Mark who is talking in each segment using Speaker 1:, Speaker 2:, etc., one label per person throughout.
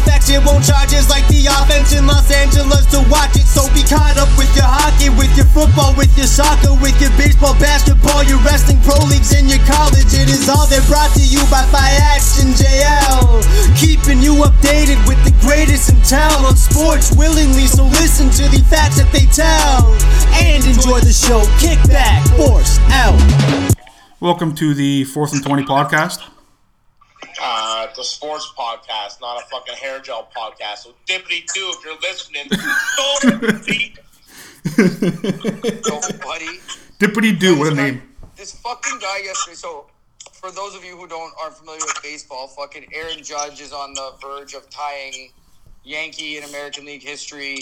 Speaker 1: facts. It won't charge us like the offense in Los Angeles to watch it. So be caught up with your hockey, with your football, with your soccer, with your baseball, basketball, your wrestling, pro leagues, and your college. It is all they're brought to you by Fiats and JL. Keeping you updated with the greatest in town on sports willingly. So listen to the facts that they tell and enjoy the show. Kick back, force out.
Speaker 2: Welcome to the Fourth and Twenty podcast.
Speaker 3: Uh, it's a sports podcast, not a fucking hair gel podcast. So dippity do if you're listening. Don't be-
Speaker 4: So, buddy,
Speaker 2: Dippity doo, what a name!
Speaker 4: this fucking guy yesterday. So, for those of you who don't aren't familiar with baseball, fucking Aaron Judge is on the verge of tying Yankee in American League history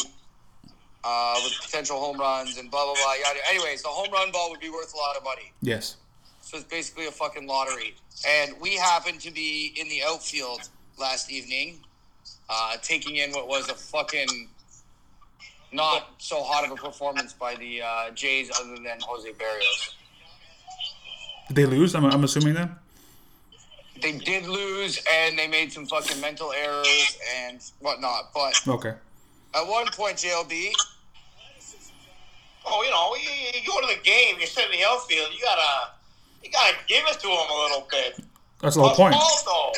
Speaker 4: uh, with potential home runs and blah blah blah. Yada. Anyways, the home run ball would be worth a lot of money.
Speaker 2: Yes,
Speaker 4: So it's basically a fucking lottery. And we happened to be in the outfield last evening, uh, taking in what was a fucking not so hot of a performance by the uh, Jays, other than Jose Barrios.
Speaker 2: did they lose? I'm, I'm assuming then.
Speaker 4: They did lose, and they made some fucking mental errors and whatnot. But
Speaker 2: Okay,
Speaker 4: at one point, JLB,
Speaker 3: oh, you know, you, you go to the game, you're sitting in the outfield, you gotta, you gotta give it to him a little bit.
Speaker 2: that's the whole point.
Speaker 3: Osvaldo,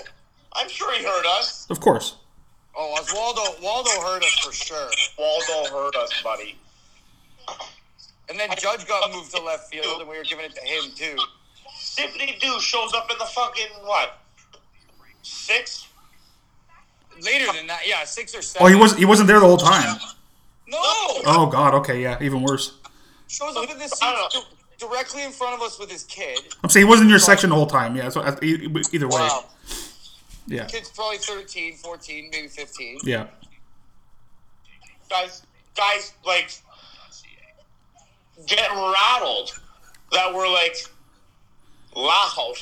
Speaker 3: I'm sure he heard us.
Speaker 2: Of course.
Speaker 4: oh Oswaldo, Waldo heard us for sure.
Speaker 3: Waldo heard us, buddy.
Speaker 4: And then Judge got moved to left field, and we were giving it to him too.
Speaker 3: Dippity doo shows up in the fucking what? Six?
Speaker 4: Later than that, yeah, six or seven.
Speaker 2: Oh, he was he wasn't there the whole time.
Speaker 4: no.
Speaker 2: Oh God. Okay, yeah, even worse.
Speaker 4: shows up in this
Speaker 3: I don't know.
Speaker 4: seat di- directly in front of us with his kid.
Speaker 2: I'm saying he wasn't in your section the whole time. Yeah. So e- e- either way,
Speaker 4: Wow.
Speaker 2: yeah,
Speaker 4: Kid's probably 13, 14, maybe 15.
Speaker 2: yeah.
Speaker 3: Guys, guys, like, get rattled that we're like loud,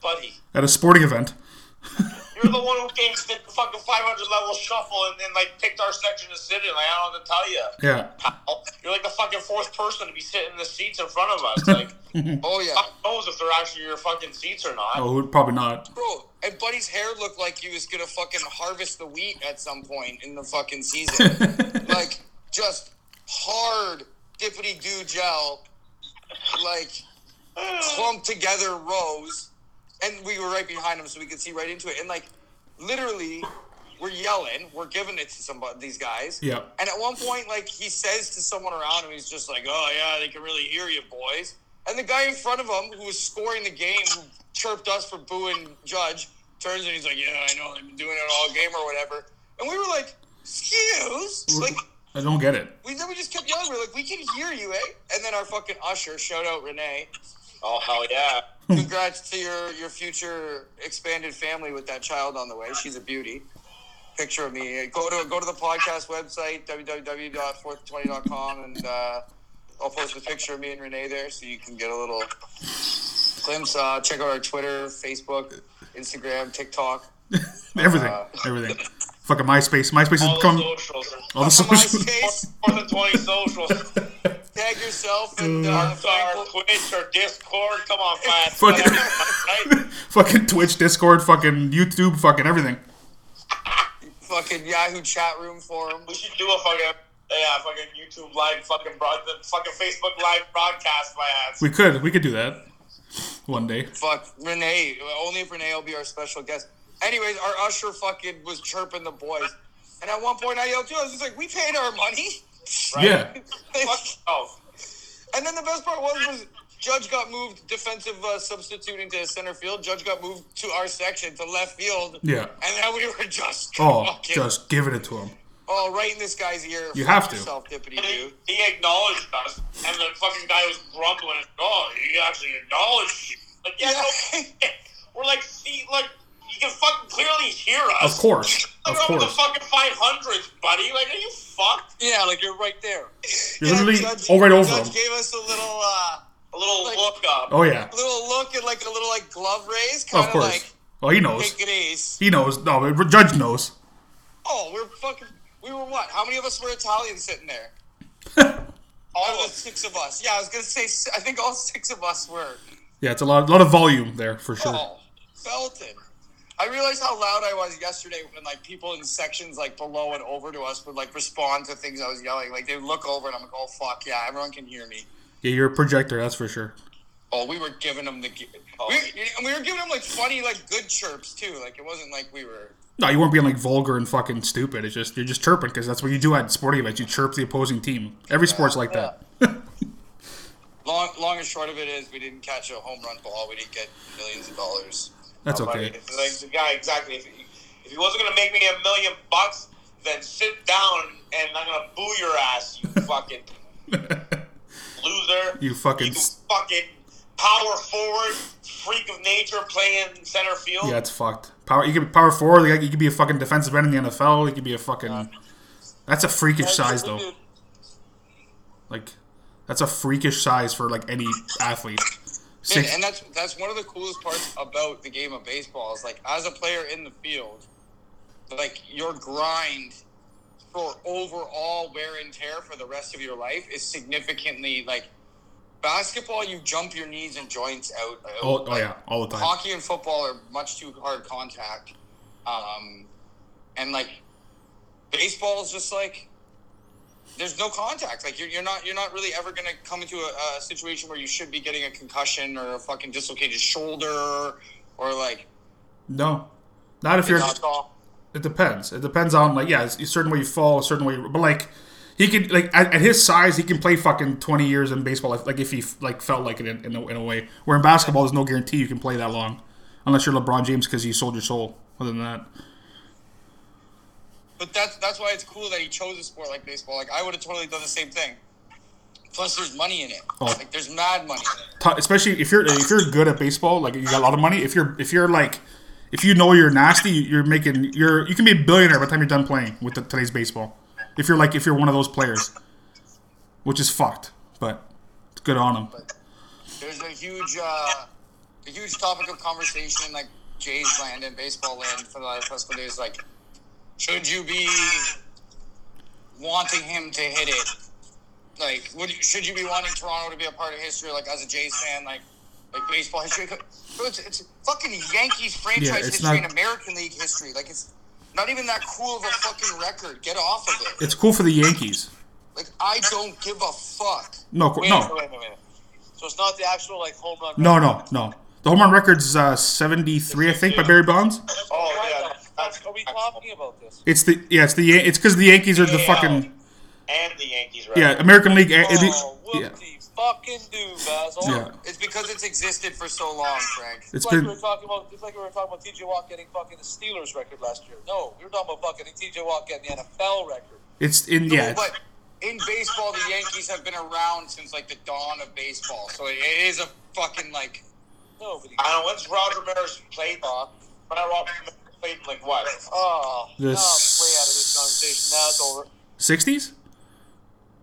Speaker 3: buddy.
Speaker 2: At a sporting event.
Speaker 3: You're the one who came to the fucking 500 level shuffle and then like picked our section to sit in. Like, I don't know what to tell you.
Speaker 2: Yeah.
Speaker 3: pal. You're like the fucking fourth person to be sitting in the seats in front of us. Like,
Speaker 4: Oh, yeah.
Speaker 3: fuck knows if they're actually your fucking seats or not.
Speaker 2: Oh, probably not.
Speaker 4: Bro, and Buddy's hair looked like he was going to fucking harvest the wheat at some point in the fucking season. like, just hard dippity doo gel, like, clumped together rows. And we were right behind him so we could see right into it. And, like, literally, we're yelling, we're giving it to some these guys.
Speaker 2: Yeah.
Speaker 4: And at one point, like he says to someone around him, he's just like, "Oh yeah, they can really hear you, boys." And the guy in front of him, who was scoring the game, who chirped us for booing Judge, turns and he's like, "Yeah, I know, they've been doing it all game or whatever." And we were like, "Excuse?" Like
Speaker 2: I don't get it.
Speaker 4: we then we just kept yelling. We are like, "We can hear you, eh?" And then our fucking usher, shout out Renee,
Speaker 3: Oh, hell yeah.
Speaker 4: congrats to your your future expanded family with that child on the way. She's a beauty. Picture of me. Go to go to the podcast website www.fourth20.com and uh, I'll post a picture of me and Renee there so you can get a little glimpse. Uh, check out our Twitter, Facebook, Instagram, TikTok.
Speaker 2: Everything. Everything. Fucking MySpace. MySpace
Speaker 3: All
Speaker 2: is
Speaker 3: the
Speaker 2: coming.
Speaker 3: socials.
Speaker 2: All the social.
Speaker 4: MySpace,
Speaker 3: More than 20 socials.
Speaker 4: tag yourself
Speaker 2: Mm.
Speaker 4: and uh,
Speaker 3: Our
Speaker 4: Frank will-
Speaker 3: Twitch or Discord. Come on, fast.
Speaker 2: Fucking-
Speaker 3: Right?
Speaker 2: fucking Twitch, Discord, fucking YouTube, fucking everything.
Speaker 4: fucking Yahoo chat room forum.
Speaker 3: We should do a fucking. Yeah, fucking YouTube live, fucking broad, fucking Facebook live broadcast, my ass.
Speaker 2: We could. We could do that one day.
Speaker 4: Fuck Renee. Only if Renee will be our special guest. Anyways, our usher fucking was chirping the boys, and at one point I yelled too. I was just like, "We paid our money."
Speaker 2: Yeah.
Speaker 4: They-
Speaker 3: Fuck yourself.
Speaker 4: and then the best part was, was Judge got moved defensive uh, substitute into center field. Judge got moved to our section to left field.
Speaker 2: Yeah.
Speaker 4: And then we were just
Speaker 2: Oh,
Speaker 4: fucking-
Speaker 2: just giving it to him.
Speaker 4: oh right in this guy's ear.
Speaker 2: You
Speaker 4: Fuck
Speaker 2: have to.
Speaker 4: yourself, dippity
Speaker 3: he,
Speaker 4: do.
Speaker 3: he acknowledged us, and the fucking guy was grumbling. Oh, he actually acknowledged you. Like, yeah,
Speaker 4: Yeah.
Speaker 3: no, we're like, see, like, you can fucking clearly hear
Speaker 2: Of
Speaker 3: us.
Speaker 2: course. Of
Speaker 3: Like, we're up in the
Speaker 2: course.
Speaker 3: fucking 500s, buddy. Like, are you fucked?
Speaker 4: Yeah, like you're right there.
Speaker 2: You're literally
Speaker 4: Judge-
Speaker 2: all right over
Speaker 4: Judge
Speaker 2: him.
Speaker 4: gave us a little, uh,
Speaker 3: A little
Speaker 4: Like-
Speaker 3: look up.
Speaker 2: Oh yeah.
Speaker 4: little look and like a little like glove raise,
Speaker 2: Of
Speaker 4: kind of
Speaker 2: course.
Speaker 4: like
Speaker 2: oh, he knows.
Speaker 4: take it easy.
Speaker 2: He knows. No, but Judge knows.
Speaker 4: Oh, we're fucking. We were what? How many of us were Italian sitting there? Out
Speaker 3: All
Speaker 4: of the
Speaker 3: of
Speaker 4: six of us. Yeah, I was gonna say. s- I think all six of us were.
Speaker 2: Yeah, it's a lot, a lot of volume there for sure.
Speaker 4: Oh, Felton. I realized how loud I was yesterday when like people in sections like below and over to us would like respond to things I was yelling. Like they look over and I'm like, oh fuck yeah, everyone can hear me.
Speaker 2: Yeah, you're a projector, that's for sure.
Speaker 4: Oh, we were giving them the, gi-
Speaker 5: Oh.
Speaker 4: we, and we were giving them like funny like good chirps too. Like it wasn't like we were.
Speaker 2: No, you weren't being like vulgar and fucking stupid. It's just you're just chirping because that's what you do at sporting events. You chirp the opposing team. Every sport's like that.
Speaker 4: Long, long and short of it is, we didn't catch a home run ball. We didn't get millions of dollars.
Speaker 2: That's
Speaker 3: But
Speaker 2: okay.
Speaker 3: it's Like the guy, exactly. If he, if he wasn't gonna make me a million bucks, then sit down and I'm gonna boo your ass, you fucking loser.
Speaker 2: You fucking
Speaker 3: You
Speaker 2: s-
Speaker 3: fucking power forward, freak of nature, playing center field.
Speaker 2: Yeah, it's fucked. Power. You could be power forward. Like, you could be a fucking defensive end in the NFL. You could be a fucking. That's a freakish size though. Like, that's a freakish size for like any athlete.
Speaker 4: And,
Speaker 2: Six.
Speaker 4: and that's that's one of the coolest parts about the game of baseball is like as a player in the field, like your grind for overall wear and tear for the rest of your life is significantly like basketball. You jump your knees and joints out. out.
Speaker 2: Oh, oh yeah, all the time.
Speaker 4: hockey and football are much too hard contact. Um, and like baseball is just like there's no contact. Like you're, you're not you're not really ever gonna come into a, a situation where you should be getting a concussion or a fucking dislocated shoulder or like
Speaker 2: No, not if you're.
Speaker 4: knocked off.
Speaker 2: It depends. It depends on like yeah, it's a certain way you fall, a certain way. You, but like he can like at, at his size, he can play fucking twenty years in baseball. If, like if he like felt like it in, in, a, in a way. Where in basketball, there's no guarantee you can play that long, unless you're LeBron James because you sold your soul. Other than that,
Speaker 4: But that's that's why it's cool that he chose a sport like baseball. Like I would have totally done the same thing. Plus, there's money in it.
Speaker 2: Oh.
Speaker 4: Like there's mad money in it.
Speaker 2: T- especially if you're if you're good at baseball, like you got a lot of money. If you're if you're like if you know you're nasty, you're making you're you can be a billionaire by the time you're done playing with the, today's baseball. If you're like if you're one of those players, which is fucked, but it's good on him.
Speaker 4: there's a huge uh, a huge topic of conversation in like Jays land and baseball land for the last couple of days. Like, should you be wanting him to hit it? Like, would you, should you be wanting Toronto to be a part of history? Like, as a Jays fan, like like baseball history. Bro, It's, it's fucking Yankees franchise
Speaker 2: Yeah, it's
Speaker 4: history
Speaker 2: not-
Speaker 4: and American League history. Like, it's not even that cool of a fucking record. Get off of it.
Speaker 2: It's cool for the Yankees.
Speaker 4: Like, I don't give a fuck.
Speaker 2: No,
Speaker 3: Wait,
Speaker 2: no,
Speaker 3: wait a minute. So it's not the actual like home run.
Speaker 2: No, no, no. The home run record's uh, 73, I think, by Barry Bonds.
Speaker 3: Oh yeah.
Speaker 5: That's, are we talking about this?
Speaker 2: It's the yeah, it's the Yan- it's because the Yankees are the
Speaker 3: Yeah.
Speaker 2: fucking
Speaker 3: And the Yankees, right?
Speaker 2: yeah American League. uh, it-
Speaker 5: Oh,
Speaker 2: yeah,
Speaker 5: whoopty fucking do, Basil.
Speaker 2: yeah.
Speaker 4: It's because it's existed for so long, Frank.
Speaker 2: It's
Speaker 5: It's like we
Speaker 2: been
Speaker 5: were talking about. It's like we were talking about T.J. Watt getting fucking the Steelers record last year. No, we were talking about fucking T.J. Watt getting the NFL record.
Speaker 2: it's in yeah. it's-
Speaker 4: but in baseball, the Yankees have been around since like the dawn of baseball, so it, it is a fucking like.
Speaker 5: Nobody.
Speaker 3: I don't know when's Roger Maris played. Uh, when I Roger Maris played like what?
Speaker 5: Oh, no, I'm way out of this
Speaker 2: This-
Speaker 5: conversation. Now it's over.
Speaker 2: 60s,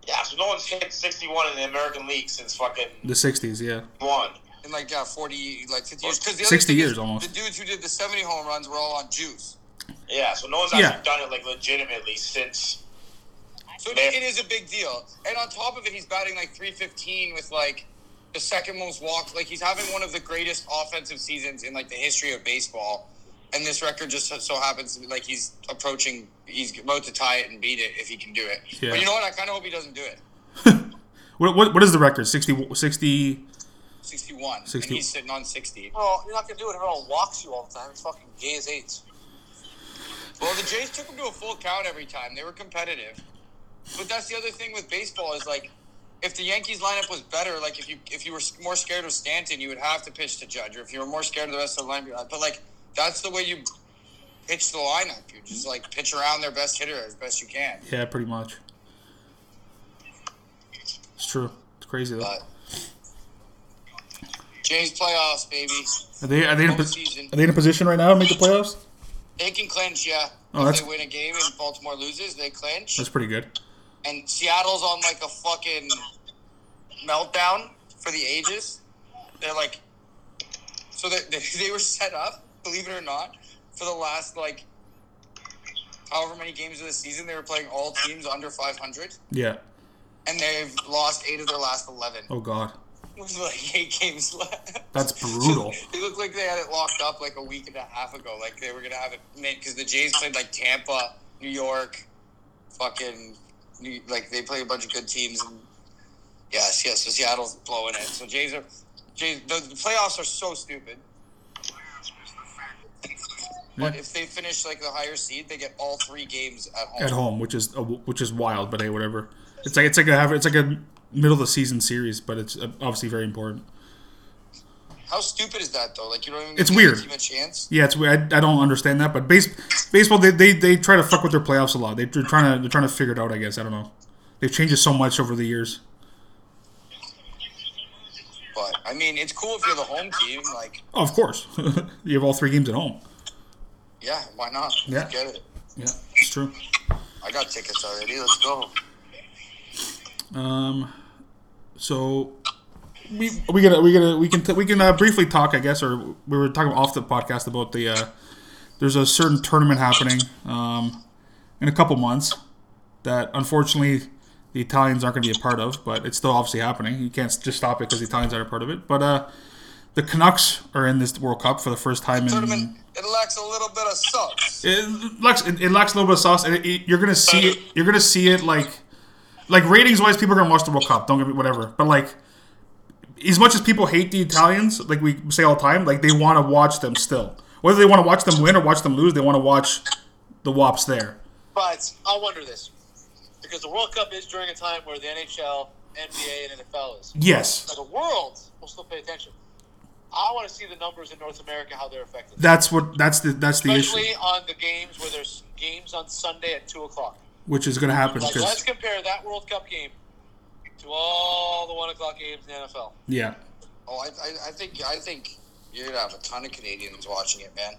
Speaker 3: Yeah, so no one's hit 61 in the American League since fucking
Speaker 2: the 60s, yeah.
Speaker 3: one.
Speaker 4: In like yeah, forty, like fifty years. Because
Speaker 2: 60
Speaker 4: thing
Speaker 2: years
Speaker 4: is,
Speaker 2: almost.
Speaker 4: The dudes who did the seventy home runs were all on juice.
Speaker 3: Yeah, so no one's
Speaker 2: Yeah.
Speaker 3: actually done it like legitimately since.
Speaker 4: So it-
Speaker 3: Man.
Speaker 4: it is a big deal. And on top of it, he's batting like three fifteen with like the second most walks. Like he's having one of the greatest offensive seasons in like the history of baseball. And this record just so- so happens to be like he's approaching, he's about to tie it and beat it if he can do it.
Speaker 2: Yeah.
Speaker 4: But you know what? I kind of hope he doesn't do it.
Speaker 2: What, what, what is the record? 60, 60
Speaker 4: 61.
Speaker 2: 60.
Speaker 4: And he's sitting on 60.
Speaker 5: No, Oh, you're not gonna do it. Everyone walks you all the time. It's fucking gay as eights.
Speaker 4: Well, the Jays took him to a full count every time. They were competitive. But that's the other thing with baseball is like, if the Yankees lineup was better, like if you if you were more scared of Stanton, you would have to pitch to Judge, or if you were more scared of the rest of the lineup, you but like that's the way you pitch the lineup. You just like pitch around their best hitter as best you can.
Speaker 2: yeah, pretty much. It's true. It's crazy though.
Speaker 4: But Jays playoffs, baby.
Speaker 2: Are they are they in a,
Speaker 4: full
Speaker 2: pos-
Speaker 4: season.
Speaker 2: are they in a position right now to make the playoffs?
Speaker 4: They can clinch, yeah.
Speaker 2: Oh,
Speaker 4: if
Speaker 2: that's-
Speaker 4: they win a game and Baltimore loses, they clinch.
Speaker 2: That's pretty good.
Speaker 4: and Seattle's on like a fucking meltdown. for the ages. They're like, so they, they, they were set up, believe it or not, for the last like however many games of the season. They were playing all teams under 500,
Speaker 2: Yeah.
Speaker 4: and they've lost eight of their last 11
Speaker 2: Oh God,
Speaker 4: with like eight games left.
Speaker 2: that's brutal.
Speaker 4: They looked like they had it locked up like a week and a half ago. Like they were gonna have it because the Jays played like Tampa, New York, fucking, New, like they played a bunch of good teams. And yes, yes. So Seattle's blowing it. So Jays are, Jays. The, the playoffs are so stupid. But
Speaker 2: Yeah.
Speaker 4: if they finish like the higher seed, they get all three games at home.
Speaker 2: At home, which is uh, which is wild, but hey, whatever. It's like it's like a it's like a middle of the season series, but it's uh, obviously very important.
Speaker 4: How stupid is that though? Like you don't even.
Speaker 2: It's
Speaker 4: give
Speaker 2: weird.
Speaker 4: The team a chance.
Speaker 2: Yeah, it's I, I don't understand that, but base, baseball they, they they try to fuck with their playoffs a lot. They, they're trying to they're trying to figure it out. I guess I don't know. They've changed it so much over the years.
Speaker 4: But I mean, it's cool if you're the home team. Like,
Speaker 2: Oh, of course, you have all three games at home.
Speaker 4: yeah, why not?
Speaker 2: Yeah.
Speaker 4: Get it.
Speaker 2: Yeah, it's true.
Speaker 4: I got tickets already. Let's go.
Speaker 2: So we we gonna we gonna we can t- we can uh, briefly talk, I guess, or we were talking off the podcast about the uh, there's a certain tournament happening um, in a couple months that unfortunately the Italians aren't going to be a part of, but it's still obviously happening. You can't s- just stop it because the Italians aren't a part of it. But uh, the Canucks are in this World Cup for the first time in.
Speaker 4: tournament, it lacks a little bit of sauce.
Speaker 2: It lacks it, it lacks a little bit of sauce, and it, it- you're gonna see it. You're gonna see it like, like ratings wise, people are gonna watch the World Cup. Don't get me whatever, but like, as much as people hate the Italians, like we say all the time, like they want to watch them still. Whether they want to watch them win or watch them lose, they want to watch the Wops there.
Speaker 6: But I wonder this because the World Cup is during a time where the NHL, NBA, and NFL is.
Speaker 2: Yes,
Speaker 6: Now, the world will still pay attention. I want to see the numbers in North America how they're affected,
Speaker 2: that's what that's the that's the issue,
Speaker 6: especially on the games where there's games on Sunday at two o'clock.
Speaker 2: which is gonna happen
Speaker 6: Like, let's
Speaker 2: because
Speaker 6: compare that World Cup game to all the one o'clock games in the NFL.
Speaker 2: yeah,
Speaker 4: Oh, I, I, I think, I think you're gonna have a ton of Canadians watching it, man.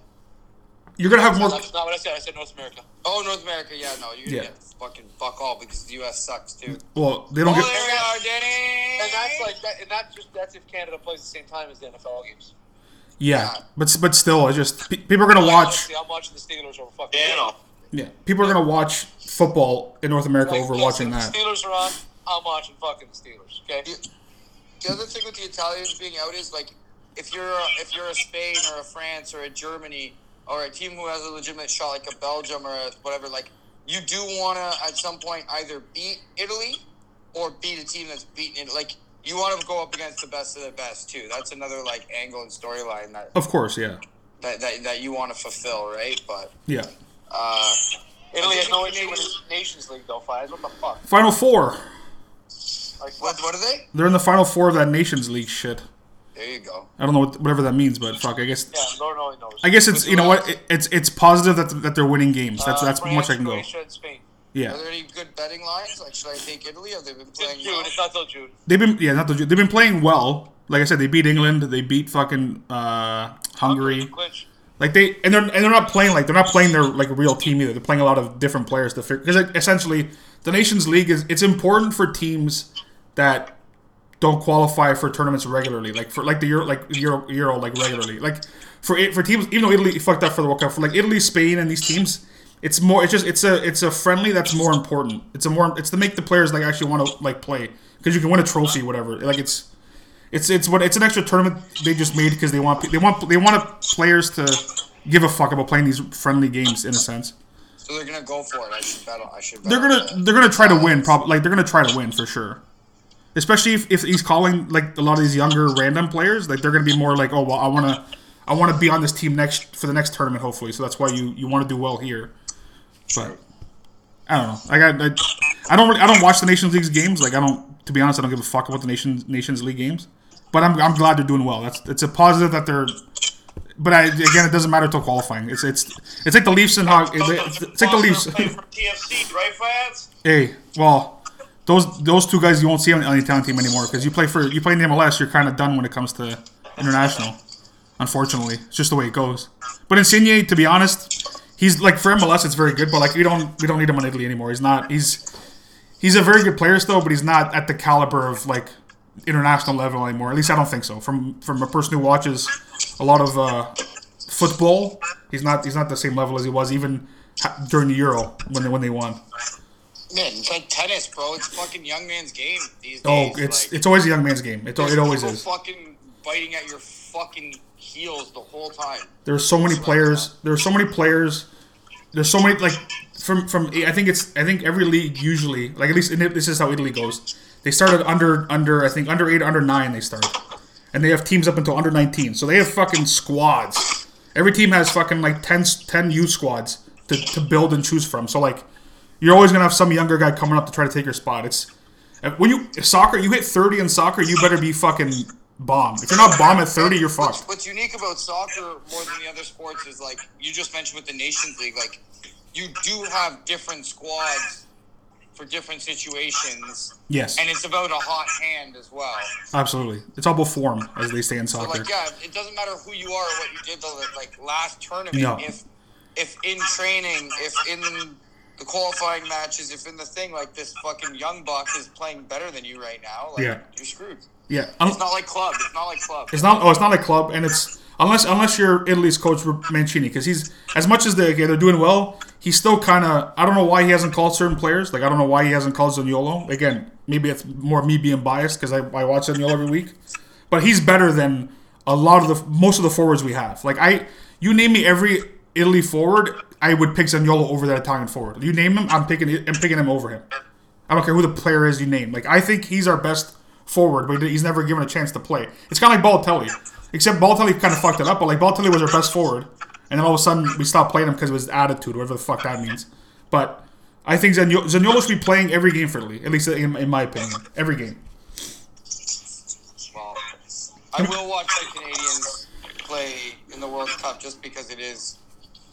Speaker 2: you're gonna have more.
Speaker 6: That's not what I said. I said North America.
Speaker 4: Oh, North America, yeah, no, you're gonna
Speaker 2: Yeah.
Speaker 4: get fucking fuck all because the U.S. sucks too.
Speaker 2: Well, they don't
Speaker 4: Oh,
Speaker 2: get.
Speaker 4: there we are, Danny.
Speaker 6: And that's like that, and that's just that's if Canada plays the same time as the NFL games.
Speaker 2: Yeah, but s- but still, it's just pe- people are gonna watch.
Speaker 6: See, I'm watching the Steelers over fucking.
Speaker 3: You know,
Speaker 2: Yeah, people are gonna watch football in North America
Speaker 6: Like,
Speaker 2: over watching
Speaker 6: listen, the
Speaker 2: that.
Speaker 6: Steelers are on. I'm watching fucking the Steelers. Okay.
Speaker 4: the other thing with the Italians being out is like, if you're a, if you're a Spain or a France or a Germany or a team who has a legitimate shot like a Belgium or a whatever, like you do want to at some point either beat Italy or beat a team that's beaten it. Like you want to go up against the best of the best too. That's another like angle and storyline that,
Speaker 2: Of course, yeah,
Speaker 4: that that that you want to fulfill, right? But
Speaker 2: yeah.
Speaker 4: uh,
Speaker 6: Italy has no issue with the Nations League though. Fives. What the fuck?
Speaker 2: Final four.
Speaker 6: Like
Speaker 4: what what are they?
Speaker 2: They're in the final four of that Nations League shit.
Speaker 4: There you go.
Speaker 2: I don't know what, whatever that means, but fuck. I guess
Speaker 6: Yeah, Lord only knows.
Speaker 2: I guess it's you know what it, it's it's positive that that they're winning games. That's
Speaker 6: Uh,
Speaker 2: that's
Speaker 6: France,
Speaker 2: much I can go.
Speaker 6: Croatia, and Spain.
Speaker 4: Are
Speaker 2: Yeah,
Speaker 4: there any good betting lines? Like, should I take Italy? Have they been
Speaker 6: It's
Speaker 4: playing?
Speaker 6: June.
Speaker 4: well?
Speaker 6: It's not till June.
Speaker 2: they've been yeah not the, they've been playing well. Like I said, they beat England. They beat fucking uh, Hungary.
Speaker 6: Clinch.
Speaker 2: Like they and they're and they're not playing like they're not playing their like real team either. They're playing a lot of different players to figure because like, essentially the Nations League is it's important for teams that don't qualify for tournaments regularly, like for like the Euro like Euro Euro like regularly, like for it for teams even though Italy fucked up for the World Cup for like Italy, Spain, and these teams. It's more. It's just. It's a. It's a friendly. That's more important. It's a more. It's to make the players like actually want to like play because you can win a trophy, whatever. Like it's. It's it's what it's an extra tournament they just made because they want they want they want players to give a fuck about playing these friendly games in a sense.
Speaker 4: So they're gonna go for it. I should bet. on- I should. Bet
Speaker 2: They're
Speaker 4: on
Speaker 2: gonna
Speaker 4: that.
Speaker 2: they're gonna try to win probably like they're gonna try to win for sure. Especially if, if he's calling like a lot of these younger random players, like they're gonna be more like, oh well, I wanna I wanna be on this team next for the next tournament hopefully. So that's why you you want to do well here. But I don't know. I got I, I don't really, I don't watch the Nations League's games. Like I don't to be honest, I don't give a fuck about the Nations Nations League games. But I'm, I'm glad they're doing well. That's it's a positive that they're. But I, again, it doesn't matter till qualifying. It's it's it's like the Leafs and hockey. It's, it's like the Leafs.
Speaker 3: Play for TFC, right, fans?
Speaker 2: Hey, well, those those two guys you won't see on, on the Italian team anymore because you play for you play in the MLS. You're kind of done when it comes to international. Unfortunately, it's just the way it goes. But Insigne, to be honest, he's like for MLS, it's very good. But like we don't we don't need him on Italy anymore. He's not. He's he's a very good player still, but he's not at the caliber of like international level anymore. At least I don't think so. From from a person who watches a lot of uh, football, he's not he's not the same level as he was even ha- during the Euro when they when they won.
Speaker 3: Man, it's like tennis, bro. It's fucking young man's game these
Speaker 2: Oh,
Speaker 3: days.
Speaker 2: it's
Speaker 3: like,
Speaker 2: it's always a young man's game. It, it always
Speaker 3: people
Speaker 2: is.
Speaker 3: Fucking biting at your fucking heels the whole time.
Speaker 2: There's so many players. There's so many players. There's so many like from from. I think it's I think every league usually like at least in it, this is how Italy goes. They started under under I think under eight under nine they start, and they have teams up until under nineteen. So they have fucking squads. Every team has fucking like 10, s- 10 youth squads to, to build and choose from. So like, you're always gonna have some younger guy coming up to try to take your spot. It's when you soccer you hit thirty in soccer you better be fucking bomb. If you're not bomb at thirty you're fucked.
Speaker 3: What's, what's unique about soccer more than the other sports is like you just mentioned with the Nations League, like you do have different squads for different situations,
Speaker 2: Yes.
Speaker 3: and it's about a hot hand as well.
Speaker 2: Absolutely, it's all about form, as they say in
Speaker 3: But
Speaker 2: soccer.
Speaker 3: like, yeah, it doesn't matter who you are or what you did the like last tournament.
Speaker 2: No.
Speaker 3: If if in training, if in the qualifying matches, if in the thing, like this fucking young buck is playing better than you right now, like
Speaker 2: Yeah.
Speaker 3: you're screwed.
Speaker 2: Yeah, un-
Speaker 3: It's not like club. It's not like club.
Speaker 2: it's not. Oh, it's not a club, and it's unless unless you're Italy's coach Mancini, because he's as much as they okay, they're doing well. He's still kind of. I don't know why he hasn't called certain players. Like I don't know why he hasn't called Zaniolo. Again, maybe it's more me being biased because I, I watch Zaniolo every week, but he's better than a lot of the most of the forwards we have. Like I, you name me every Italy forward, I would pick Zaniolo over that Italian forward. You name him, I'm picking I'm picking him over him. I don't care who the player is you name. Like I think he's our best forward, but he's never given a chance to play. It's kind of like Balotelli, except Balotelli kind of fucked it up. But like Balotelli was our best forward, and then all of a sudden we stopped playing him because of his attitude, whatever the fuck that means. But I think Zaniolo, Zaniolo should be playing every game for Italy, at least in, in my opinion, every game.
Speaker 3: Well, I will watch the Canadians play in the World Cup just because it is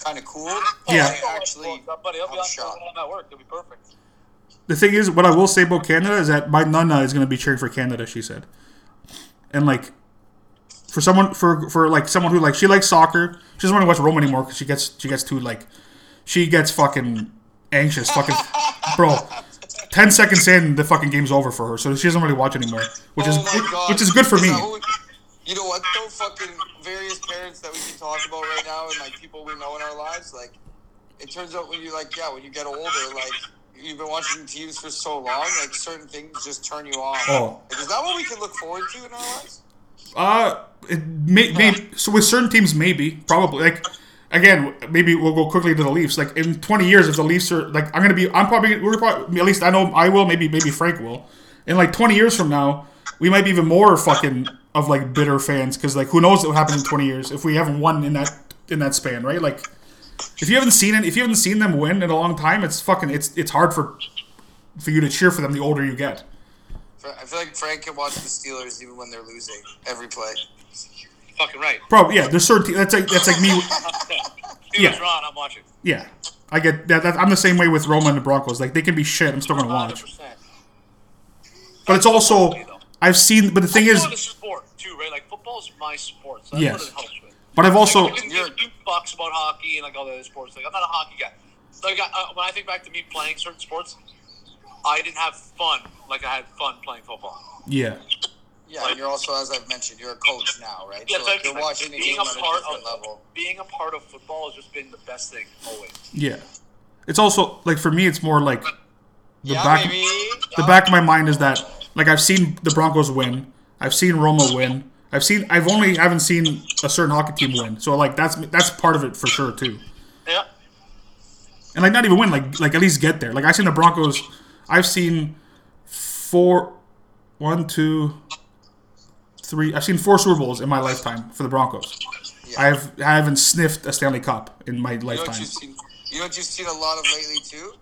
Speaker 3: kind of cool.
Speaker 2: Yeah.
Speaker 3: I actually
Speaker 6: buddy, I'll
Speaker 3: have
Speaker 6: be
Speaker 3: a
Speaker 6: on
Speaker 3: shot.
Speaker 6: when I'm at work. It'll be perfect.
Speaker 2: The thing is, what I will say about Canada is that my nana is going to be cheering for Canada. She said, and like, for someone for for like someone who like she likes soccer, she doesn't want to watch Rome anymore because she gets she gets too like, she gets fucking anxious. Fucking bro, ten seconds in, the fucking game's over for her, so she doesn't really watch anymore, which is
Speaker 3: Oh my God.
Speaker 2: which is good for me.
Speaker 3: that what- You know what? Though fucking various parents that we can talk about right now, and like people we know in our lives, like it turns out when you like, yeah, when you get older, like you've been watching teams for so long, like certain things just turn you off.
Speaker 2: Oh.
Speaker 3: Like, is that what we can look forward to in our lives?
Speaker 2: Uh, it may, may, so with certain teams, maybe, probably. Like again, maybe we'll go quickly to the Leafs. Like in 20 years, if the Leafs are like, I'm gonna be, I'm probably, we're probably, at least I know I will. Maybe, maybe Frank will. In like 20 years from now, we might be even more fucking of like bitter fans because like who knows what happens in 20 years if we haven't won in that in that span, right? Like if you haven't seen it, if you haven't seen them win in a long time, it's fucking, it's it's hard for for you to cheer for them the older you get.
Speaker 3: Fra- I feel like Frank can watch the Steelers even when they're losing every play.
Speaker 6: Fucking right.
Speaker 2: Bro, yeah, there's certain. te- That's like that's like me.
Speaker 6: Dude,
Speaker 2: Yeah.
Speaker 6: Ron, I'm watching.
Speaker 2: Yeah, I get that, that. I'm the same way with Roma and the Broncos. Like they can be shit. I'm still gonna watch.
Speaker 6: 100%.
Speaker 2: But it's also I've seen. But the thing is,
Speaker 6: Football is a sport too, right? Like football is my sport, so that's
Speaker 2: Yes. Oh.
Speaker 6: what it helps with.
Speaker 2: but I've also
Speaker 6: Like, I didn't give two bucks about hockey and like all the other sports. Like I'm not a hockey guy. Like I, uh, when I think back to me playing certain sports, I didn't have fun like I had fun playing football.
Speaker 2: yeah,
Speaker 3: Yeah, and you're also, as I've mentioned, you're a coach now, right?
Speaker 6: Yeah,
Speaker 3: so
Speaker 6: so
Speaker 3: like, you're
Speaker 6: like,
Speaker 3: watching the
Speaker 6: being
Speaker 3: game
Speaker 6: a
Speaker 3: on a
Speaker 6: part
Speaker 3: different
Speaker 6: of
Speaker 3: level.
Speaker 6: being a part of football has just been the best thing always.
Speaker 2: yeah. It's also like for me, it's more like the
Speaker 3: yeah,
Speaker 2: back.
Speaker 3: baby.
Speaker 2: The
Speaker 3: Yeah.
Speaker 2: back of my mind is that like I've seen the Broncos win. I've seen Roma win. I've seen. I've only haven't seen a certain hockey team win. So like that's that's part of it for sure too.
Speaker 6: Yeah.
Speaker 2: and like not even win, like like at least get there. Like I've seen the Broncos, I've seen four, one, two, three. I've seen four Super Bowls in my lifetime for the Broncos. I've I haven't sniffed a Stanley Cup in my
Speaker 3: You know what
Speaker 2: lifetime.
Speaker 3: you've seen? You know what you've seen a lot of lately too?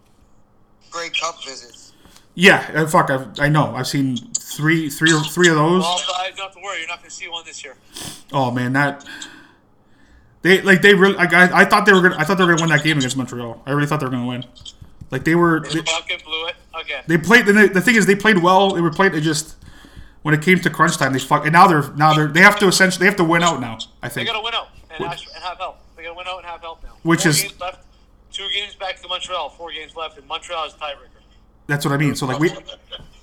Speaker 3: Great cup visits.
Speaker 2: Yeah, uh, fuck, I've, I know. I've seen three, three, three of those.
Speaker 6: Well, I don't have to worry. You're not going to see one this year.
Speaker 2: Oh man, that they like they really. Like, I I thought they were gonna. I thought they were gonna win that game against Montreal. I really thought they were gonna win. Like they were. They,
Speaker 6: Fucking blew it again.
Speaker 2: They played. And the, the thing is, they played well. They were played. They just when it came to crunch time, they fuck. And now they're now they're they have to essentially they have to win out now. I
Speaker 6: They
Speaker 2: think.
Speaker 6: got to win out and, ask, and have help. They got to win out and have help now.
Speaker 2: Which
Speaker 6: Four
Speaker 2: is-
Speaker 6: games left, two games back to Montreal. Four games left, and Montreal is tiebreaker.
Speaker 2: That's what I mean. So like we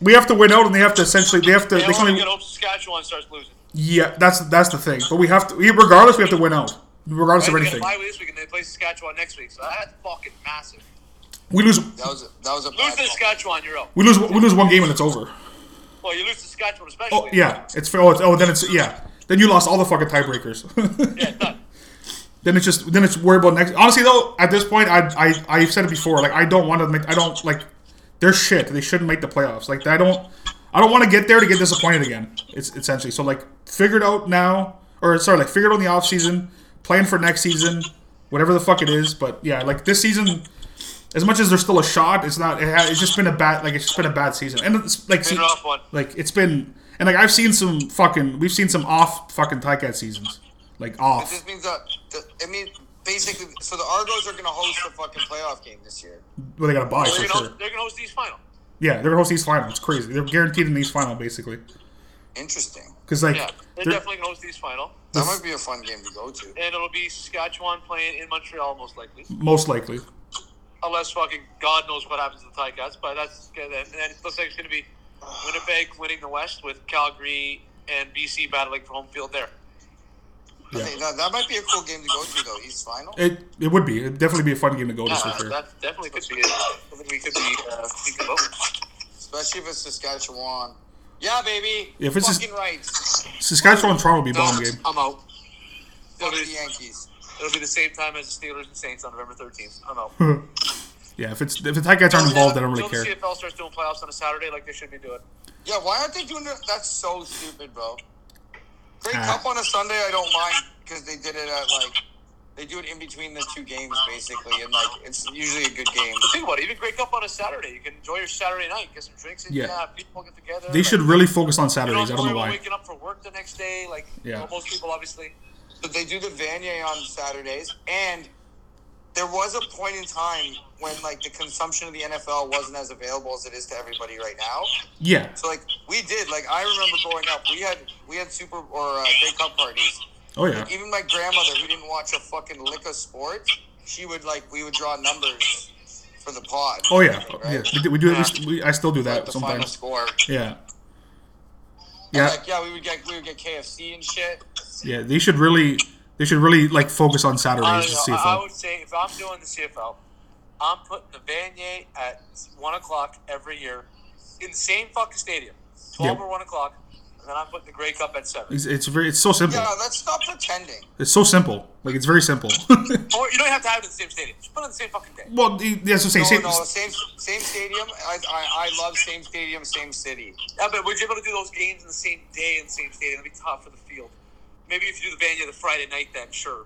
Speaker 2: we have to win out, and they have to essentially they have to. They
Speaker 6: They
Speaker 2: can
Speaker 6: want to
Speaker 2: only,
Speaker 6: get hope Saskatchewan starts losing.
Speaker 2: yeah, that's that's the thing. But we have to, we- regardless, we have to win out, regardless
Speaker 6: Right?
Speaker 2: of
Speaker 6: They get
Speaker 2: anything.
Speaker 6: a bye this week, and they play Saskatchewan next week. So that's fucking massive.
Speaker 2: We lose,
Speaker 4: That was a, that was a
Speaker 6: Lose
Speaker 4: bad
Speaker 6: to
Speaker 4: call.
Speaker 6: Saskatchewan, you're out.
Speaker 2: we lose, we lose one game, and it's over.
Speaker 6: Well, you lose to Saskatchewan, especially.
Speaker 2: Oh yeah, it's oh, it's, oh then it's yeah. Then you lost all the fucking tiebreakers.
Speaker 6: Yeah, done.
Speaker 2: then it's just then it's worry about next. Honestly though, at this point, I I I've said it before. Like I don't want to make. I don't like. They're shit. They shouldn't make the playoffs. Like I don't. I don't want to get there to get disappointed again. It's essentially so like figure it out now, or sorry, like figure it out in the off season, plan for next season, whatever the fuck it is. But yeah, like this season, as much as there's still a shot, it's not. It ha- it's just been a bad like it's just been a bad season, and it's like
Speaker 6: Been a rough one.
Speaker 2: like it's been and like I've seen some fucking we've seen some off fucking Ticat seasons, like
Speaker 4: It
Speaker 2: off.
Speaker 4: just means that the, it means basically. So the Argos are going to host the fucking playoff game this year.
Speaker 2: Well, they got to buy for
Speaker 6: They're
Speaker 2: sure.
Speaker 6: going to host these final.
Speaker 2: Yeah, they're gonna host these final. It's crazy. They're guaranteed in these final basically
Speaker 4: Interesting.
Speaker 2: because like
Speaker 6: Yeah, they're,
Speaker 2: they're-
Speaker 6: definitely going to host these final.
Speaker 4: That might be a fun game to go to.
Speaker 6: And it'll be Saskatchewan playing in Montreal, most likely.
Speaker 2: most likely.
Speaker 6: Unless fucking God knows what happens to the Ticats. But that's good. And then it looks like it's going to be Winnipeg winning the West with Calgary and BC battling for home field there.
Speaker 4: I think that, that might be a cool game to go to though. East final.
Speaker 2: It it would be. It'd definitely be a fun game to go to
Speaker 6: Yeah,
Speaker 2: for sure.
Speaker 6: Ah, that definitely could be it. Something we could be uh, thinking about.
Speaker 4: especially if it's Saskatchewan. Yeah, baby.
Speaker 2: If it's
Speaker 4: fucking right,
Speaker 2: Saskatchewan and Toronto will be a bomb game.
Speaker 6: I'm out.
Speaker 4: fuck the Yankees.
Speaker 6: It'll be the same time as the Steelers and Saints on November 13th. I'm out.
Speaker 2: Yeah, if it's if the Ticats aren't involved, I don't really
Speaker 6: Until
Speaker 2: care.
Speaker 6: the CFL starts doing playoffs on a Saturday like they should be doing.
Speaker 4: Yeah, why aren't they doing that? That's so stupid, bro. Great
Speaker 2: Ah.
Speaker 4: Cup on a Sunday, I don't mind because they did it at like they do it in between the two games basically, and like it's usually a good game.
Speaker 6: Think about it. Even Grey Cup on a Saturday. You can enjoy your Saturday night, get some drinks in.
Speaker 2: Yeah.
Speaker 6: Yeah, people get together.
Speaker 2: They
Speaker 6: like,
Speaker 2: should really focus on
Speaker 6: You
Speaker 2: Saturdays. I
Speaker 6: don't have to
Speaker 2: don't
Speaker 6: worry
Speaker 2: know
Speaker 6: about
Speaker 2: why.
Speaker 6: waking up for work the next day. Like,
Speaker 2: Yeah.
Speaker 6: you know, most people obviously.
Speaker 4: But they do the Vanier on Saturdays, and there was a point in time when like the consumption of the NFL wasn't as available as it is to everybody right now.
Speaker 2: Yeah,
Speaker 4: So like we did, like I remember growing up, we had we had super or uh, day cup parties.
Speaker 2: Oh yeah.
Speaker 4: Even my grandmother, who didn't watch a fucking lick of sports, she would like we would draw numbers for the pod.
Speaker 2: Oh yeah. Yeah.
Speaker 4: Right?
Speaker 2: We do. We do at least, we, I still do
Speaker 4: Like,
Speaker 2: that
Speaker 4: the final
Speaker 2: sometimes.
Speaker 4: score.
Speaker 2: Yeah.
Speaker 4: Yeah.
Speaker 2: Yeah.
Speaker 4: Like yeah, we would get we would get KFC and shit.
Speaker 2: Yeah. They should really. They should really like focus on Saturdays.
Speaker 6: I,
Speaker 2: and
Speaker 6: don't know.
Speaker 2: CFL.
Speaker 6: I- I would say if I'm doing the CFL, I'm putting the Vanier at one o'clock every year in the same fucking stadium, twelve
Speaker 2: Yeah.
Speaker 6: or one o'clock, and then I'm putting the Grey Cup at seven.
Speaker 2: It's, it's very. It's so simple.
Speaker 4: Yeah, let's stop pretending.
Speaker 2: It's so simple. Like it's very simple.
Speaker 6: Or you don't have to have it in the same stadium. Just put it on the same fucking day.
Speaker 2: well, the- that's what I'm saying.
Speaker 4: No,
Speaker 2: Same-
Speaker 4: no, same same stadium. I, I I love same stadium, same city.
Speaker 6: Yeah, but would you be able to do those games in the same day in the same stadium? That'd be tough for the field. Maybe if you do the Vanier the Friday night, then sure.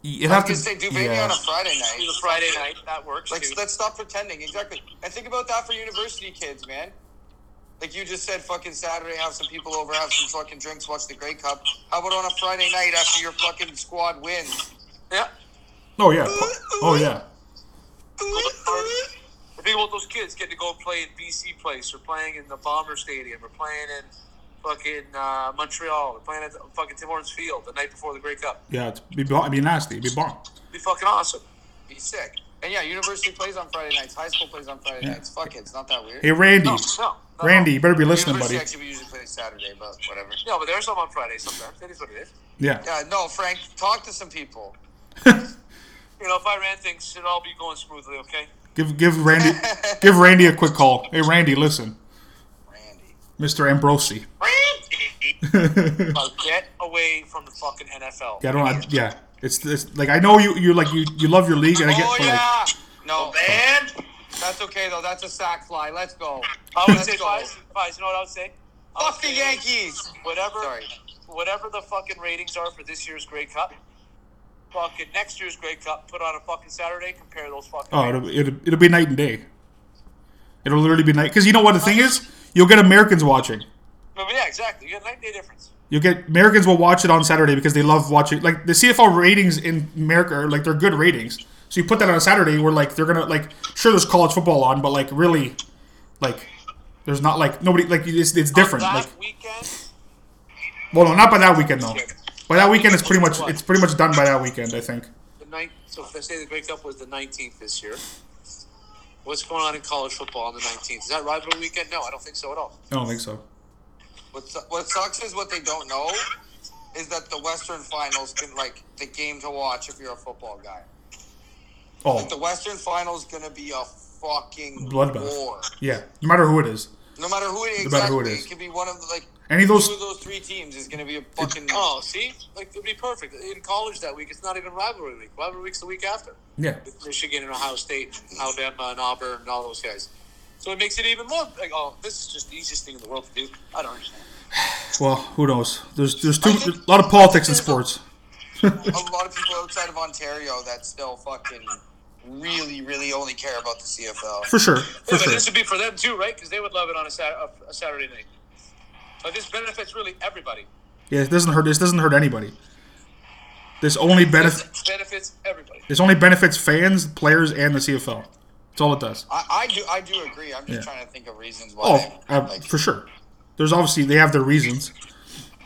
Speaker 2: You'd
Speaker 4: I
Speaker 2: have
Speaker 4: was
Speaker 2: to.
Speaker 4: gonna say do Vanier
Speaker 2: yeah.
Speaker 4: on a Friday night.
Speaker 6: Do the Friday night, that works.
Speaker 4: Like,
Speaker 6: too.
Speaker 4: let's stop pretending. Exactly. And think about that for university kids, man. Like you just said, fucking Saturday, have some people over, have some fucking drinks, watch the Grey Cup. How about on a Friday night after your fucking squad wins?
Speaker 6: yeah.
Speaker 2: Oh yeah. Oh yeah.
Speaker 6: Or think about those kids getting to go play in BC Place or playing in the Bomber Stadium or playing in fucking uh, Montreal or playing at the fucking Tim Hortons Field the night before the Grey Cup.
Speaker 2: Yeah. It'd be, bon- it'd be nasty. It'd be bomb.
Speaker 6: It'd be fucking awesome.
Speaker 4: Be sick. And yeah, university plays on Friday nights, high school plays on Friday
Speaker 2: Yeah.
Speaker 4: nights. Fuck it, it's not that weird.
Speaker 2: Hey Randy.
Speaker 6: No, no, no.
Speaker 2: Randy, you better be listening,
Speaker 4: university
Speaker 2: buddy.
Speaker 4: actually we usually play Saturday, but whatever.
Speaker 6: No, but there's some on Friday sometimes. That is what it is.
Speaker 2: Yeah.
Speaker 4: Yeah, no, Frank, talk to some people.
Speaker 6: You know, if I ran things, it'd all be going smoothly, okay?
Speaker 2: Give give Randy give Randy a quick call. Hey Randy, listen,
Speaker 4: Randy.
Speaker 2: Mister Ambrosi.
Speaker 6: Uh, get away from the fucking NFL.
Speaker 2: Yeah, I don't. I, yeah. It's, it's like I know you. You like you. You love your league, and I get.
Speaker 4: Oh
Speaker 2: but, like,
Speaker 4: yeah. No,
Speaker 6: And
Speaker 4: that's okay though. That's a sack fly. Let's go.
Speaker 6: I would
Speaker 4: Let's
Speaker 6: say,
Speaker 4: go.
Speaker 6: Fies, Fies, you know what I would say? I would
Speaker 4: Fuck the
Speaker 6: say
Speaker 4: Yankees.
Speaker 6: Whatever,
Speaker 4: Sorry.
Speaker 6: whatever the fucking ratings are for this year's Grey Cup, fucking next year's Grey Cup, put on a fucking Saturday, compare those fucking.
Speaker 2: Oh, it'll, it'll, it'll be night and day. It'll literally be night. Because you know what the thing is, you'll get Americans watching.
Speaker 6: I mean, yeah, exactly. You got a night and day difference.
Speaker 2: You'll get Americans will watch it on Saturday because they love watching. Like the CFL ratings in America, are, like they're good ratings. So you put that on a Saturday, where like they're gonna like sure there's college football on, but like really, like there's not like nobody like it's, it's different.
Speaker 6: That
Speaker 2: Like
Speaker 6: weekend,
Speaker 2: well, no, not by that weekend though. By that weekend, it's pretty much it's pretty much done by that weekend. I think.
Speaker 6: the ninth. So if I say the Grey Cup was the nineteenth this year, What's going on in college football on the 19th? Is that rivalry weekend? No, I don't think so at all.
Speaker 2: I don't think so.
Speaker 4: What, su- what sucks is what they don't know is that the Western Finals can like the game to watch if you're a football guy.
Speaker 2: Oh,
Speaker 4: Like the Western Finals gonna be a fucking
Speaker 2: Bloodbath.
Speaker 4: war.
Speaker 2: yeah. No matter who it is,
Speaker 4: No matter who it, exactly,
Speaker 2: No matter who it
Speaker 4: it
Speaker 2: is.
Speaker 4: could be one of the, like
Speaker 2: any of
Speaker 4: two of
Speaker 2: those.
Speaker 4: those three teams is gonna be a fucking.
Speaker 6: Oh, see? Like, it'd be perfect. In college that week, it's not even rivalry week. Rivalry week's the week after.
Speaker 2: Yeah,
Speaker 6: With Michigan and Ohio State, and Alabama and Auburn and all those guys. So it makes it even more like, oh, this is just the easiest thing in the world to do. I don't understand.
Speaker 2: well, who knows? There's there's too there's a lot of politics in sports.
Speaker 4: a lot of people outside of Ontario that still fucking really, really only care about the CFL.
Speaker 2: For sure, for
Speaker 6: But
Speaker 2: sure.
Speaker 6: this would be for them too, right? Because they would love it on a, Sat- a Saturday night. But this benefits really everybody.
Speaker 2: Yeah, it doesn't hurt. This doesn't hurt anybody. This only benefit.
Speaker 6: This benefits everybody.
Speaker 2: This only benefits fans, players, and the CFL. That's all it does.
Speaker 4: I, I do, I do agree. I'm just
Speaker 2: Yeah.
Speaker 4: trying to think of reasons why.
Speaker 2: Oh,
Speaker 4: they-
Speaker 2: uh,
Speaker 4: like,
Speaker 2: for sure. There's obviously they have their reasons,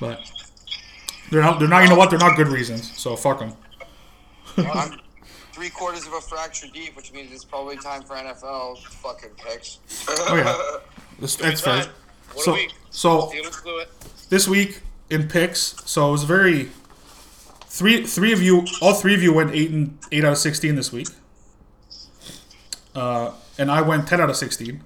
Speaker 2: but they're not. They're not. You know what? They're not good reasons. So fuck them.
Speaker 4: I'm three quarters of a fracture deep, which means it's probably time for NFL fucking picks.
Speaker 2: Oh yeah, that's, that's fair.
Speaker 6: Anytime. What a
Speaker 2: So
Speaker 6: week.
Speaker 2: so
Speaker 6: Steelers blew it.
Speaker 2: this week in picks. So it was very three three of you. All three of you went eight and eight out of sixteen this week. Uh, and I went ten out of sixteen.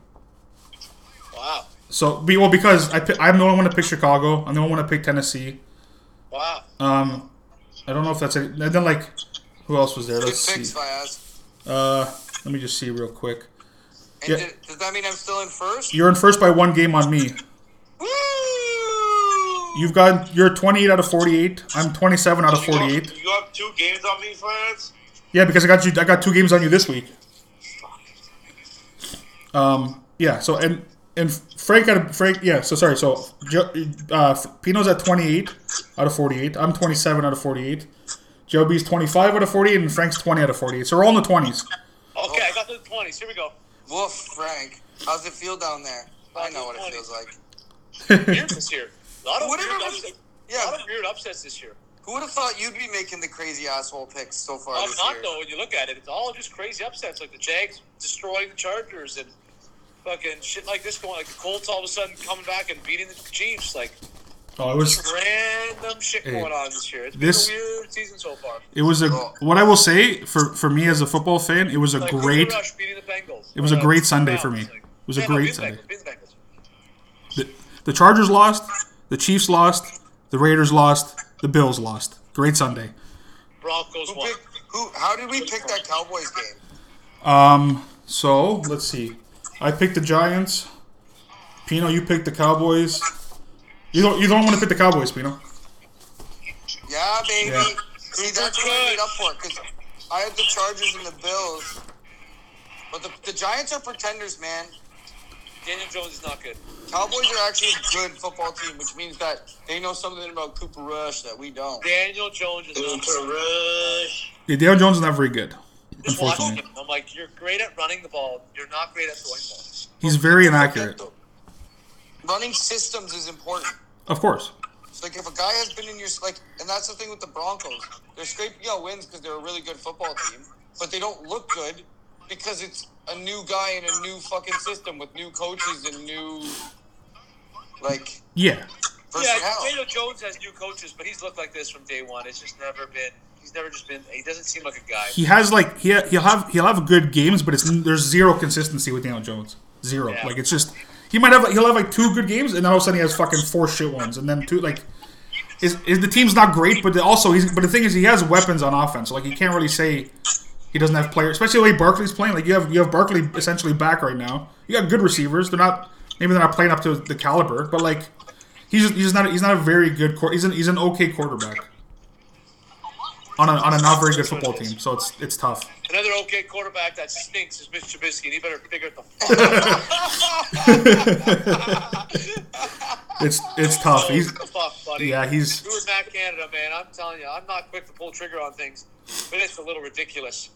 Speaker 6: Wow.
Speaker 2: So be- well because I pi- I'm the only one to pick Chicago. I'm the only one to pick Tennessee.
Speaker 6: Wow.
Speaker 2: Um, I don't know if that's it. And then like, who else was there?
Speaker 4: Good
Speaker 2: Let's
Speaker 4: picks
Speaker 2: see.
Speaker 4: by us.
Speaker 2: Uh, let me just see real quick.
Speaker 4: And
Speaker 2: Yeah.
Speaker 4: did- does that mean I'm still in first?
Speaker 2: You're in first by one game on me.
Speaker 4: Woo!
Speaker 2: You've got you're 28 out of 48. I'm 27 out of
Speaker 7: You have-
Speaker 2: 48.
Speaker 7: You have two games on these friends.
Speaker 2: Yeah, because I got you. I got two games on you this week. Um. Yeah. So and and Frank out of Frank. Yeah. So sorry. So Jo- uh, Pino's at 28 out of 48. I'm 27 out of 48. Joe B's 25 out of 48, and Frank's 20 out of 48. So we're all in the 20s.
Speaker 6: Okay, I got to the 20s. Here we go.
Speaker 4: Woof, Frank. How's it feel down there? I know what it feels like.
Speaker 6: Weird this year. A lot of,
Speaker 4: Whatever
Speaker 6: weird,
Speaker 4: was-
Speaker 6: upsets.
Speaker 4: yeah.
Speaker 6: a lot of weird upsets this year.
Speaker 4: Who would have thought you'd be making the crazy asshole picks so far
Speaker 6: I'm
Speaker 4: this
Speaker 6: not,
Speaker 4: year?
Speaker 6: though, when you look at it. It's all just crazy upsets, like the Jags destroying the Chargers and fucking shit like this going, like the Colts all of a sudden coming back and beating the Chiefs. Like,
Speaker 2: Oh, it was
Speaker 6: random shit
Speaker 2: Hey,
Speaker 6: going on this year. It's
Speaker 2: this-
Speaker 6: been a weird season so far.
Speaker 2: It was a
Speaker 7: Oh.
Speaker 2: what I will say for for me as a football fan, it was a
Speaker 6: Like,
Speaker 2: great.
Speaker 6: Cooper Rush beating the Bengals.
Speaker 2: it was a
Speaker 6: Uh,
Speaker 2: great Sunday for
Speaker 6: Browns,
Speaker 2: me.
Speaker 6: like-
Speaker 2: It was a
Speaker 6: Yeah,
Speaker 2: great
Speaker 6: beat the Bengals,
Speaker 2: Sunday.
Speaker 6: beat the Bengals.
Speaker 2: The, the Chargers lost, the Chiefs lost, the Raiders lost, the Bills lost. Great Sunday.
Speaker 6: Broncos
Speaker 4: Who
Speaker 6: won.
Speaker 4: picked, who? How did we pick that Cowboys game?
Speaker 2: Um, so let's see. I picked the Giants. Pino, you picked the Cowboys. You don't you don't want to pick the Cowboys, Pino.
Speaker 4: Yeah, baby.
Speaker 2: Yeah.
Speaker 4: See, that's what I made up for because I had the Chargers and the Bills, but the, the Giants are pretenders, man.
Speaker 6: Daniel Jones is not good.
Speaker 4: Cowboys are actually a good football team, which means that they know something about Cooper Rush that we don't.
Speaker 6: Daniel Jones is not
Speaker 7: Cooper Rush.
Speaker 2: Yeah, Daniel Jones is not very good.
Speaker 6: Just watch him.
Speaker 2: Unfortunately,
Speaker 6: I'm like, you're great at running the ball. You're not great at throwing balls.
Speaker 2: he's very inaccurate.
Speaker 4: Running systems is important.
Speaker 2: Of course.
Speaker 4: It's like if a guy has been in your like, and that's the thing with the Broncos, they're scraping out wins because they're a really good football team, but they don't look good because it's a new guy in a new fucking system with new coaches and new like
Speaker 2: Yeah.
Speaker 4: personnel.
Speaker 6: Yeah, Daniel Jones has new coaches, but he's looked like this from day one. It's just never been. He's never just been. He doesn't seem like a guy.
Speaker 2: he has like he he'll have he'll have good games, but it's there's zero consistency with Daniel Jones. Zero.
Speaker 6: Yeah.
Speaker 2: Like it's just he might have he'll have like two good games, and then all of a sudden he has fucking four shit ones, and then two like. Is, is the team's not great, but also he's but the thing is he has weapons on offense. So, Like you can't really say he doesn't have players, especially the way Barkley's playing. Like you have you have Barkley essentially back right now. You got good receivers. They're not maybe they're not playing up to the caliber, but like he's just, he's just not he's not a very good quar- he's an he's an okay quarterback on a on a not very good football team. So it's it's tough.
Speaker 6: Another okay quarterback that stinks is Mitch Trubisky, and he better figure it the fuck.
Speaker 2: It's it's tough. Oh, He's
Speaker 6: the fuck, buddy.
Speaker 2: yeah, he's
Speaker 6: You and Matt Canada, man. I'm telling you, I'm not quick to pull trigger on things, but it's a little ridiculous.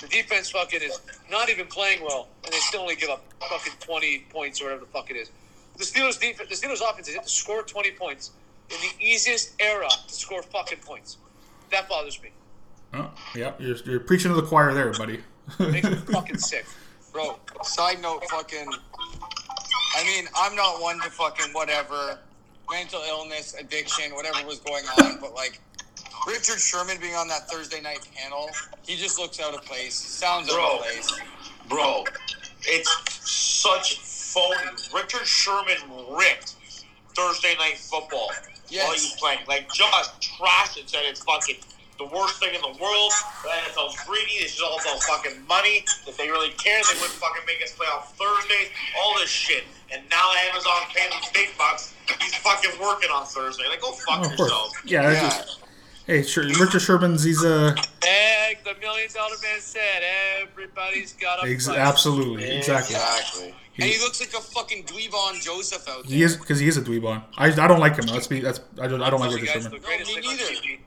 Speaker 6: The defense fucking is not even playing well, and they still only give up fucking 20 points or whatever the fuck it is. The Steelers' defense, the Steelers' offense is hit to score 20 points in the easiest era to score fucking points. That bothers me.
Speaker 2: oh, yeah. You're, you're preaching to the choir there, buddy.
Speaker 6: Makes me fucking sick.
Speaker 3: Bro, side note, fucking. I mean, I'm not one to fucking whatever, mental illness, addiction, whatever was going on, but like, Richard Sherman being on that Thursday night panel, he just looks out of place, sounds out
Speaker 4: Bro.
Speaker 3: of place.
Speaker 4: bro. It's such phony. Richard Sherman ripped Thursday night football while
Speaker 3: Yes.
Speaker 4: he was playing. Like just trash and said it's fucking the worst thing in the world. The NFL's greedy. This is all about fucking money. If they really cared, they wouldn't fucking make us play on Thursdays. All this shit. And now Amazon pays him big bucks. He's fucking working on Thursday. Like go fuck
Speaker 2: Oh, of
Speaker 4: yourself.
Speaker 2: course. Yeah. that's
Speaker 3: Yeah.
Speaker 2: Just, hey, sure, Richard Sherman's. He's a.
Speaker 6: Egg, the million dollar man said, everybody's got a
Speaker 2: Ex-
Speaker 6: price."
Speaker 2: absolutely. Exactly.
Speaker 3: Exactly. And he looks like a fucking Dweebon Joseph out there.
Speaker 2: He is because he is a dweebon. I, I don't like him. Let's be. That's I don't, I don't like
Speaker 6: You
Speaker 2: Richard
Speaker 6: guys, the
Speaker 2: Sherman.
Speaker 6: greatest
Speaker 3: No, me
Speaker 6: thing on
Speaker 3: neither.
Speaker 6: TV.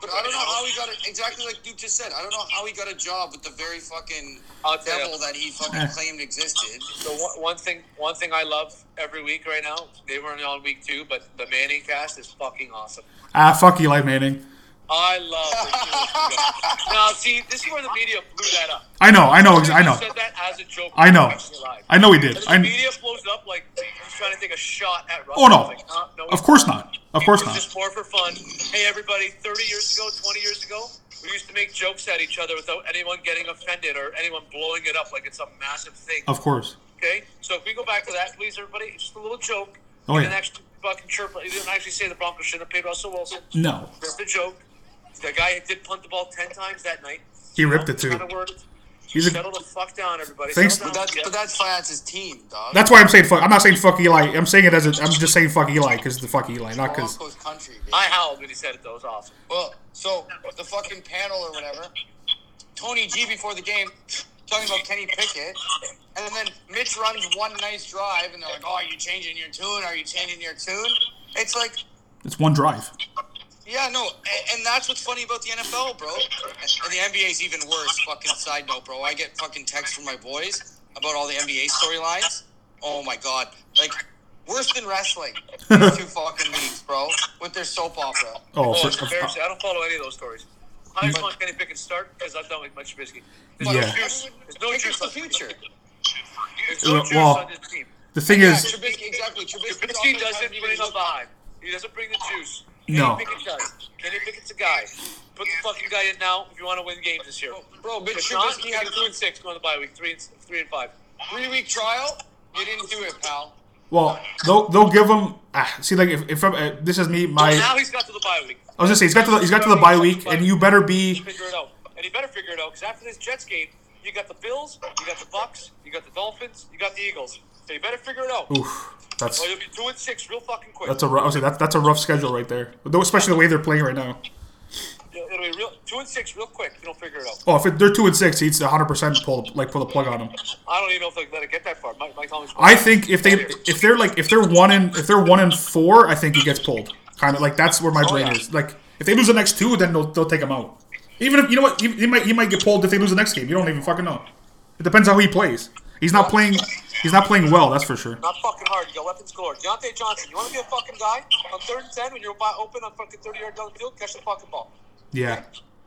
Speaker 3: But I don't know how he got it. Exactly like Duke just said. I don't know how he got a job with the very fucking
Speaker 6: I'll tell
Speaker 3: devil
Speaker 6: you.
Speaker 3: that he fucking
Speaker 2: Eh.
Speaker 3: claimed existed.
Speaker 6: The one, one thing, one thing I love every week right now. They weren't on week two, but the Manning cast is fucking awesome.
Speaker 2: Ah, fuck Eli Manning.
Speaker 6: I love. the two of you guys. now, see, this is where the media blew that up.
Speaker 2: I know. I know. ex- Oh, I
Speaker 6: You
Speaker 2: know.
Speaker 6: Said that as a joke.
Speaker 2: I know.
Speaker 6: You're lying.
Speaker 2: I know he did.
Speaker 6: And the
Speaker 2: I.
Speaker 6: media blows it up like he's trying to take a shot at Russell.
Speaker 2: Oh no.
Speaker 6: Like, uh, no
Speaker 2: Of course not. Of course
Speaker 6: It was
Speaker 2: not.
Speaker 6: just more for fun. Hey, everybody, 30 years ago, 20 years ago, we used to make jokes at each other without anyone getting offended or anyone blowing it up like it's a massive thing.
Speaker 2: Of course.
Speaker 6: Okay? So if we go back to that, please, everybody, it's just a little joke.
Speaker 2: Oh,
Speaker 6: you
Speaker 2: yeah.
Speaker 6: didn't actually fucking chirp. You didn't actually say the Broncos should have paid Russell Wilson.
Speaker 2: No.
Speaker 6: Just a joke. The guy did punt the ball 10 times that night.
Speaker 2: He ripped it too.
Speaker 6: Kind of worked.
Speaker 2: He's a.
Speaker 6: Settle the fuck down, everybody.
Speaker 2: Thanks-
Speaker 6: Settle
Speaker 3: But
Speaker 6: down.
Speaker 3: that's but that's Finance's team, dog.
Speaker 2: That's why I'm saying fuck. I'm not saying fuck Eli. I'm saying it as a. I'm just saying fuck Eli because the fuck Eli, not because.
Speaker 3: Broncos country. Baby.
Speaker 6: I howled when he said it, though. It was awesome.
Speaker 3: Well, so the fucking panel or whatever. Tony G before the game talking about Kenny Pickett, and then Mitch runs one nice drive, and they're like, "Oh, are you changing your tune? Are you changing your tune?" It's like
Speaker 2: It's one drive.
Speaker 3: Yeah, no, and, and that's what's funny about the NFL, bro. And the NBA's even worse. Fucking side note, bro. I get fucking texts from my boys about all the NBA storylines. Oh my god, like worse than wrestling. These two fucking leagues, bro, with their soap opera.
Speaker 2: Oh,
Speaker 6: Oh,
Speaker 2: for,
Speaker 6: it's embarrassing. I don't follow any of those stories. I just want Kenny Pickett to start because I'm done with Mitch Trubisky. There's
Speaker 2: Yeah.
Speaker 6: no juice. There's no
Speaker 3: Pickett's
Speaker 6: juice
Speaker 3: the
Speaker 6: on
Speaker 3: future.
Speaker 6: There's no
Speaker 2: Well-
Speaker 6: juice on this team.
Speaker 2: the thing
Speaker 3: Yeah,
Speaker 2: is,
Speaker 3: Trubisky, exactly. Trubisky's
Speaker 6: Trubisky
Speaker 3: offense
Speaker 6: doesn't
Speaker 3: hasn't even
Speaker 6: bring a
Speaker 3: looked-
Speaker 6: vibe. He doesn't bring the juice. Kenny
Speaker 2: No.
Speaker 6: Pickett does. Kenny Pickett's a guy. Put the fucking guy in now if you want to win games this year.
Speaker 3: Bro, Mitch
Speaker 6: If not,
Speaker 3: Trubisky
Speaker 6: you
Speaker 3: had
Speaker 6: had
Speaker 3: a
Speaker 6: two and six going to bye week, three and three and five.
Speaker 3: three-week trial. You didn't do it, pal.
Speaker 2: well, they'll they'll give him. Ah, see, like if, if I'm, uh, this is me, my
Speaker 6: now
Speaker 2: I
Speaker 6: he's got to the bye week.
Speaker 2: was gonna say he's got to the, he's got to the bye week, and you better be.
Speaker 6: figure it out. And he better figure it out because after this Jets game, you got the Bills, you got the Bucks, you got the Dolphins, you got the Eagles. So you better figure it out.
Speaker 2: Oof, that's
Speaker 6: Or you'll be two and six real fucking quick.
Speaker 2: that's a rough. I would say that's that's a rough schedule right there, Though, especially the way they're playing right now.
Speaker 6: It'll it'll be real two and six real quick. if You don't figure it out.
Speaker 2: Oh, if it, they're two and six, he's 100 percent pull like pull the plug on him.
Speaker 6: I don't even know if they let it get that far. Mike, Mike Tomlin's
Speaker 2: I think if they if they're like if they're one in if they're one in four, I think he gets pulled. Kind of like that's where my brain is. Like if they lose the next two, then they'll, they'll take him out. Even if you know what he, he might he might get pulled if they lose the next game. You don't even fucking know. It depends how he plays. He's not playing. He's not playing well. That's for sure.
Speaker 6: not fucking hard. You got weapons galore. Deontay Johnson, you want to be a fucking guy on third and ten when you're about open on fucking thirty yard down the field, catch the fucking ball.
Speaker 2: Yeah,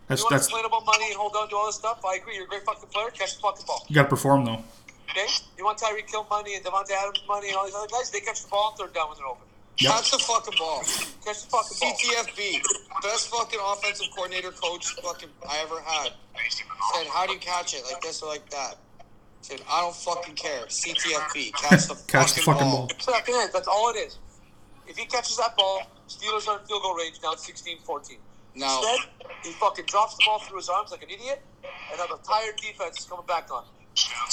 Speaker 2: that's
Speaker 6: You want to
Speaker 2: that's
Speaker 6: complain about money and hold on to all this stuff? I agree. You're a great fucking player. Catch the fucking ball.
Speaker 2: you got to perform though.
Speaker 6: Okay? You want Tyreek Kill money and Devontae Adams money and all these other guys? They catch the ball on third down when they're open.
Speaker 2: Yep.
Speaker 3: That's the fucking ball.
Speaker 6: Catch the fucking ball.
Speaker 3: CTFB, best fucking offensive coordinator coach fucking I ever had. Said, how do you catch it? Like this or like that? Said, I don't fucking care. CTFB, catch the
Speaker 2: Catch
Speaker 3: fucking,
Speaker 2: the fucking ball.
Speaker 6: Second is. That's all it is. If he catches that ball, Steelers are in field goal range now. It's 16-14.
Speaker 3: No.
Speaker 6: Instead, he fucking drops the ball through his arms like an idiot, and now the tired defense is coming back on.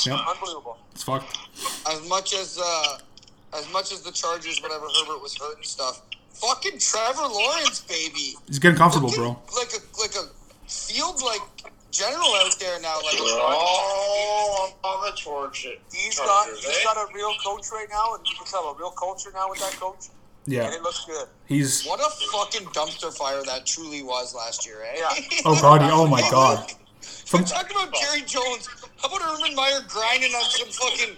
Speaker 2: Yep,
Speaker 6: Unbelievable.
Speaker 2: it's fucked.
Speaker 3: As much as uh, as much as the Chargers, whenever Herbert was hurt and stuff, fucking Trevor Lawrence, baby,
Speaker 2: He's getting comfortable, bro.
Speaker 3: like a like a field like general out there now. Like
Speaker 4: We're all on the torch.
Speaker 6: He's
Speaker 4: Oh.
Speaker 6: got
Speaker 4: eh?
Speaker 6: he's got a real coach right now, and you can tell a real culture now with that coach,
Speaker 2: Yeah,
Speaker 6: and it looks good.
Speaker 2: he's.
Speaker 3: what a fucking dumpster fire that truly was last year, eh?
Speaker 6: Yeah.
Speaker 2: Oh god. he- Oh my god. From
Speaker 3: Talk about Jerry Jones. How about Urban Meyer grinding on some fucking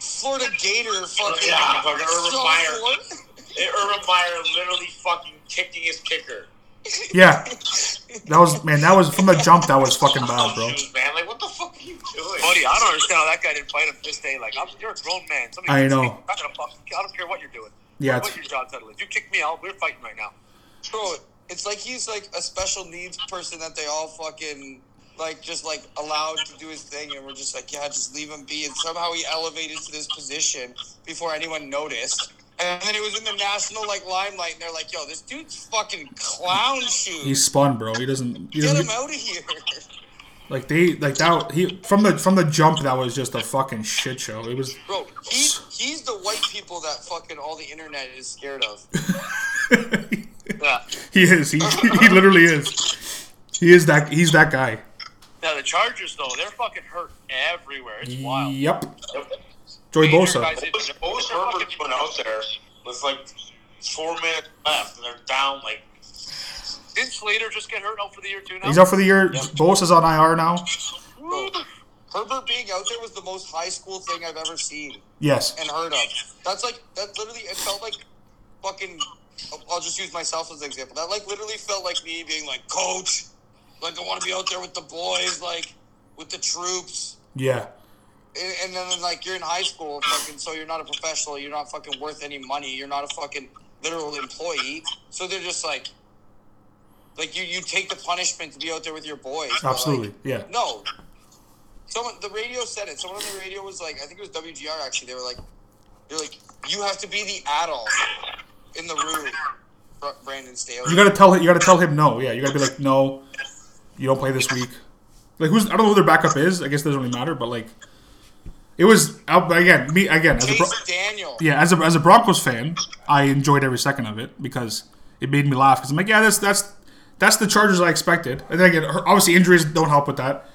Speaker 3: Florida Gator fucking?
Speaker 4: Yeah, fucking Urban Meyer.
Speaker 3: sophomore?
Speaker 4: Urban Meyer literally fucking kicking his kicker.
Speaker 2: yeah, that was man. That was from the jump. That was fucking bad, bro.
Speaker 4: Shoes, man. Like, what the fuck are you doing? doing?
Speaker 6: Buddy, I don't understand how that guy didn't fight him this day. Like, I'm, you're a grown man. Somebody
Speaker 2: I
Speaker 6: kicks
Speaker 2: know.
Speaker 6: me, I'm not gonna fuck- I don't care what you're doing.
Speaker 2: Yeah,
Speaker 6: What
Speaker 2: it's-
Speaker 6: your job title is. You kick me out. We're fighting right now.
Speaker 3: Bro, it's like he's like a special needs person that they all fucking like just like allowed to do his thing, and we're just like, yeah, just leave him be. And somehow he elevated to this position before anyone noticed. And then he was in the national like limelight, and they're like, yo, this dude's fucking clown shoes.
Speaker 2: He's spun, bro. He doesn't. He
Speaker 3: Get him
Speaker 2: doesn't
Speaker 3: out of here.
Speaker 2: like they like that. He from the from the jump that was just a fucking shit show. It was
Speaker 3: Bro, he, he's the white people that fucking all the internet is scared of.
Speaker 6: Yeah.
Speaker 2: he is he he literally is. He is that he's that guy.
Speaker 6: Now the Chargers though, they're fucking hurt everywhere. It's wild.
Speaker 2: Yep. Joey Bosa.
Speaker 6: Major guys in-
Speaker 4: What was Herbert doing out there with like four minutes left and they're down like
Speaker 6: Didn't Slater just get hurt out for the year too now?
Speaker 2: He's out for the year. Bosa's on IR now.
Speaker 3: Bro, Herbert being out there was the most high school thing I've ever seen.
Speaker 2: Yes.
Speaker 3: and heard of. That's like that literally. It felt like fucking. I'll just use myself as an example. That like literally felt like me being like coach. Like I want to be out there with the boys, like with the troops.
Speaker 2: Yeah.
Speaker 3: And, and then like you're in high school, fucking. So you're not a professional. You're not fucking worth any money. You're not a fucking literal employee. So they're just like. Like you, you take the punishment to be out there with your boys. but, like,
Speaker 2: Absolutely. Yeah.
Speaker 3: no. Someone the radio said it. Someone on the radio was like, I think it was WGR actually. They were like, they're like, you have to be the adult in the room, Br- Brandon Staley.
Speaker 2: You gotta tell him. You gotta tell him no. Yeah. You gotta be like no. You don't play this week. Like who's? I don't know who their backup is. I guess it doesn't really matter. But like, it was out again. Me again. As a
Speaker 3: Chase
Speaker 2: Bro-
Speaker 3: Daniel.
Speaker 2: yeah, as a as a Broncos fan, I enjoyed every second of it because it made me laugh. Because I'm like, yeah, that's that's that's the Chargers I expected. And then again, obviously injuries don't help with that.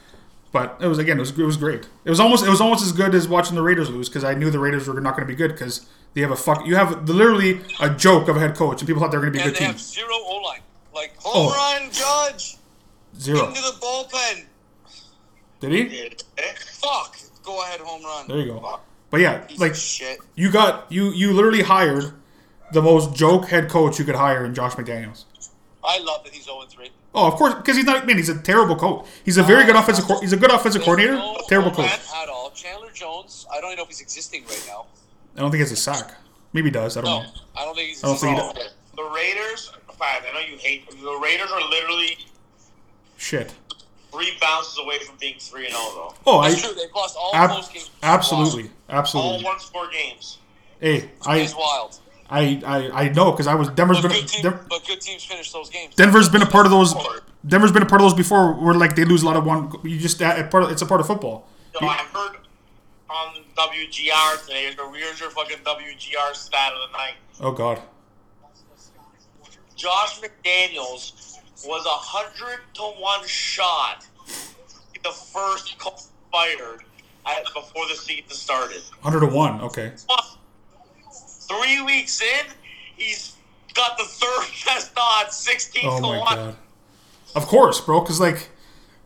Speaker 2: But it was again, it was it was great. It was almost it was almost as good as watching the Raiders lose because I knew the Raiders were not going to be good because they have a fuck. You have literally a joke of a head coach, and people thought they were going to be a
Speaker 6: and
Speaker 2: good
Speaker 6: they
Speaker 2: team.
Speaker 6: have zero O line. Like
Speaker 3: Home
Speaker 2: Oh.
Speaker 3: run, Judge
Speaker 2: Zero.
Speaker 3: into the bullpen.
Speaker 2: Did he?
Speaker 3: Fuck. Go ahead, home run.
Speaker 2: There you go. But yeah,
Speaker 3: Piece of
Speaker 2: like
Speaker 3: shit.
Speaker 2: you got you you literally hired the most joke head coach you could hire in Josh McDaniels.
Speaker 6: I love that he's 0 3.
Speaker 2: Oh, of course, because he's not. Man, he's a terrible coach. He's a
Speaker 4: Uh,
Speaker 2: very good offensive. Co- he's a good offensive coordinator.
Speaker 6: No
Speaker 2: Terrible
Speaker 6: O
Speaker 2: coach.
Speaker 6: line at all. Chandler Jones, I don't even know if he's existing right now.
Speaker 2: I don't think it's a sack. Maybe he does. I don't
Speaker 6: No,
Speaker 2: know.
Speaker 6: I don't think he's
Speaker 2: I don't
Speaker 6: existing.
Speaker 2: think
Speaker 6: Don't
Speaker 2: he
Speaker 4: the Raiders. Five. I know you hate them. The Raiders are literally
Speaker 2: Shit.
Speaker 4: three bounces away from being three and zero though.
Speaker 2: Oh, I
Speaker 6: That's true. They've lost all
Speaker 2: ab-
Speaker 6: close games.
Speaker 2: absolutely,
Speaker 4: All
Speaker 2: absolutely.
Speaker 4: one score games.
Speaker 2: Hey, I
Speaker 6: It's wild.
Speaker 2: I I, I know because I was Denver's
Speaker 6: But
Speaker 2: been
Speaker 6: good, team,
Speaker 2: Den-
Speaker 6: but good teams finish those games.
Speaker 2: Denver's been a part of those. Denver's been a part of those before, where like they lose a lot of one. You just that part. of- It's a part of football.
Speaker 4: So I heard on WGR today. Here's your fucking WGR stat of the night.
Speaker 2: Oh God.
Speaker 4: Josh McDaniels was a hundred to one shot to be the first coach fired at, before the season started.
Speaker 2: 100 to 1. Okay.
Speaker 4: Three weeks in, he's got the third best odds, sixteen
Speaker 2: Oh
Speaker 4: to
Speaker 2: my
Speaker 4: one.
Speaker 2: god. Of course, bro. Because like,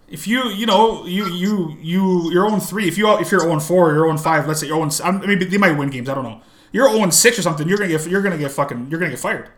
Speaker 2: if you you know you you you your own three. If you if you're own four, you're own five. Let's say you're own. I mean, they might win games. I don't know. You're own six or something. You're gonna get you're gonna get fucking you're gonna get fired.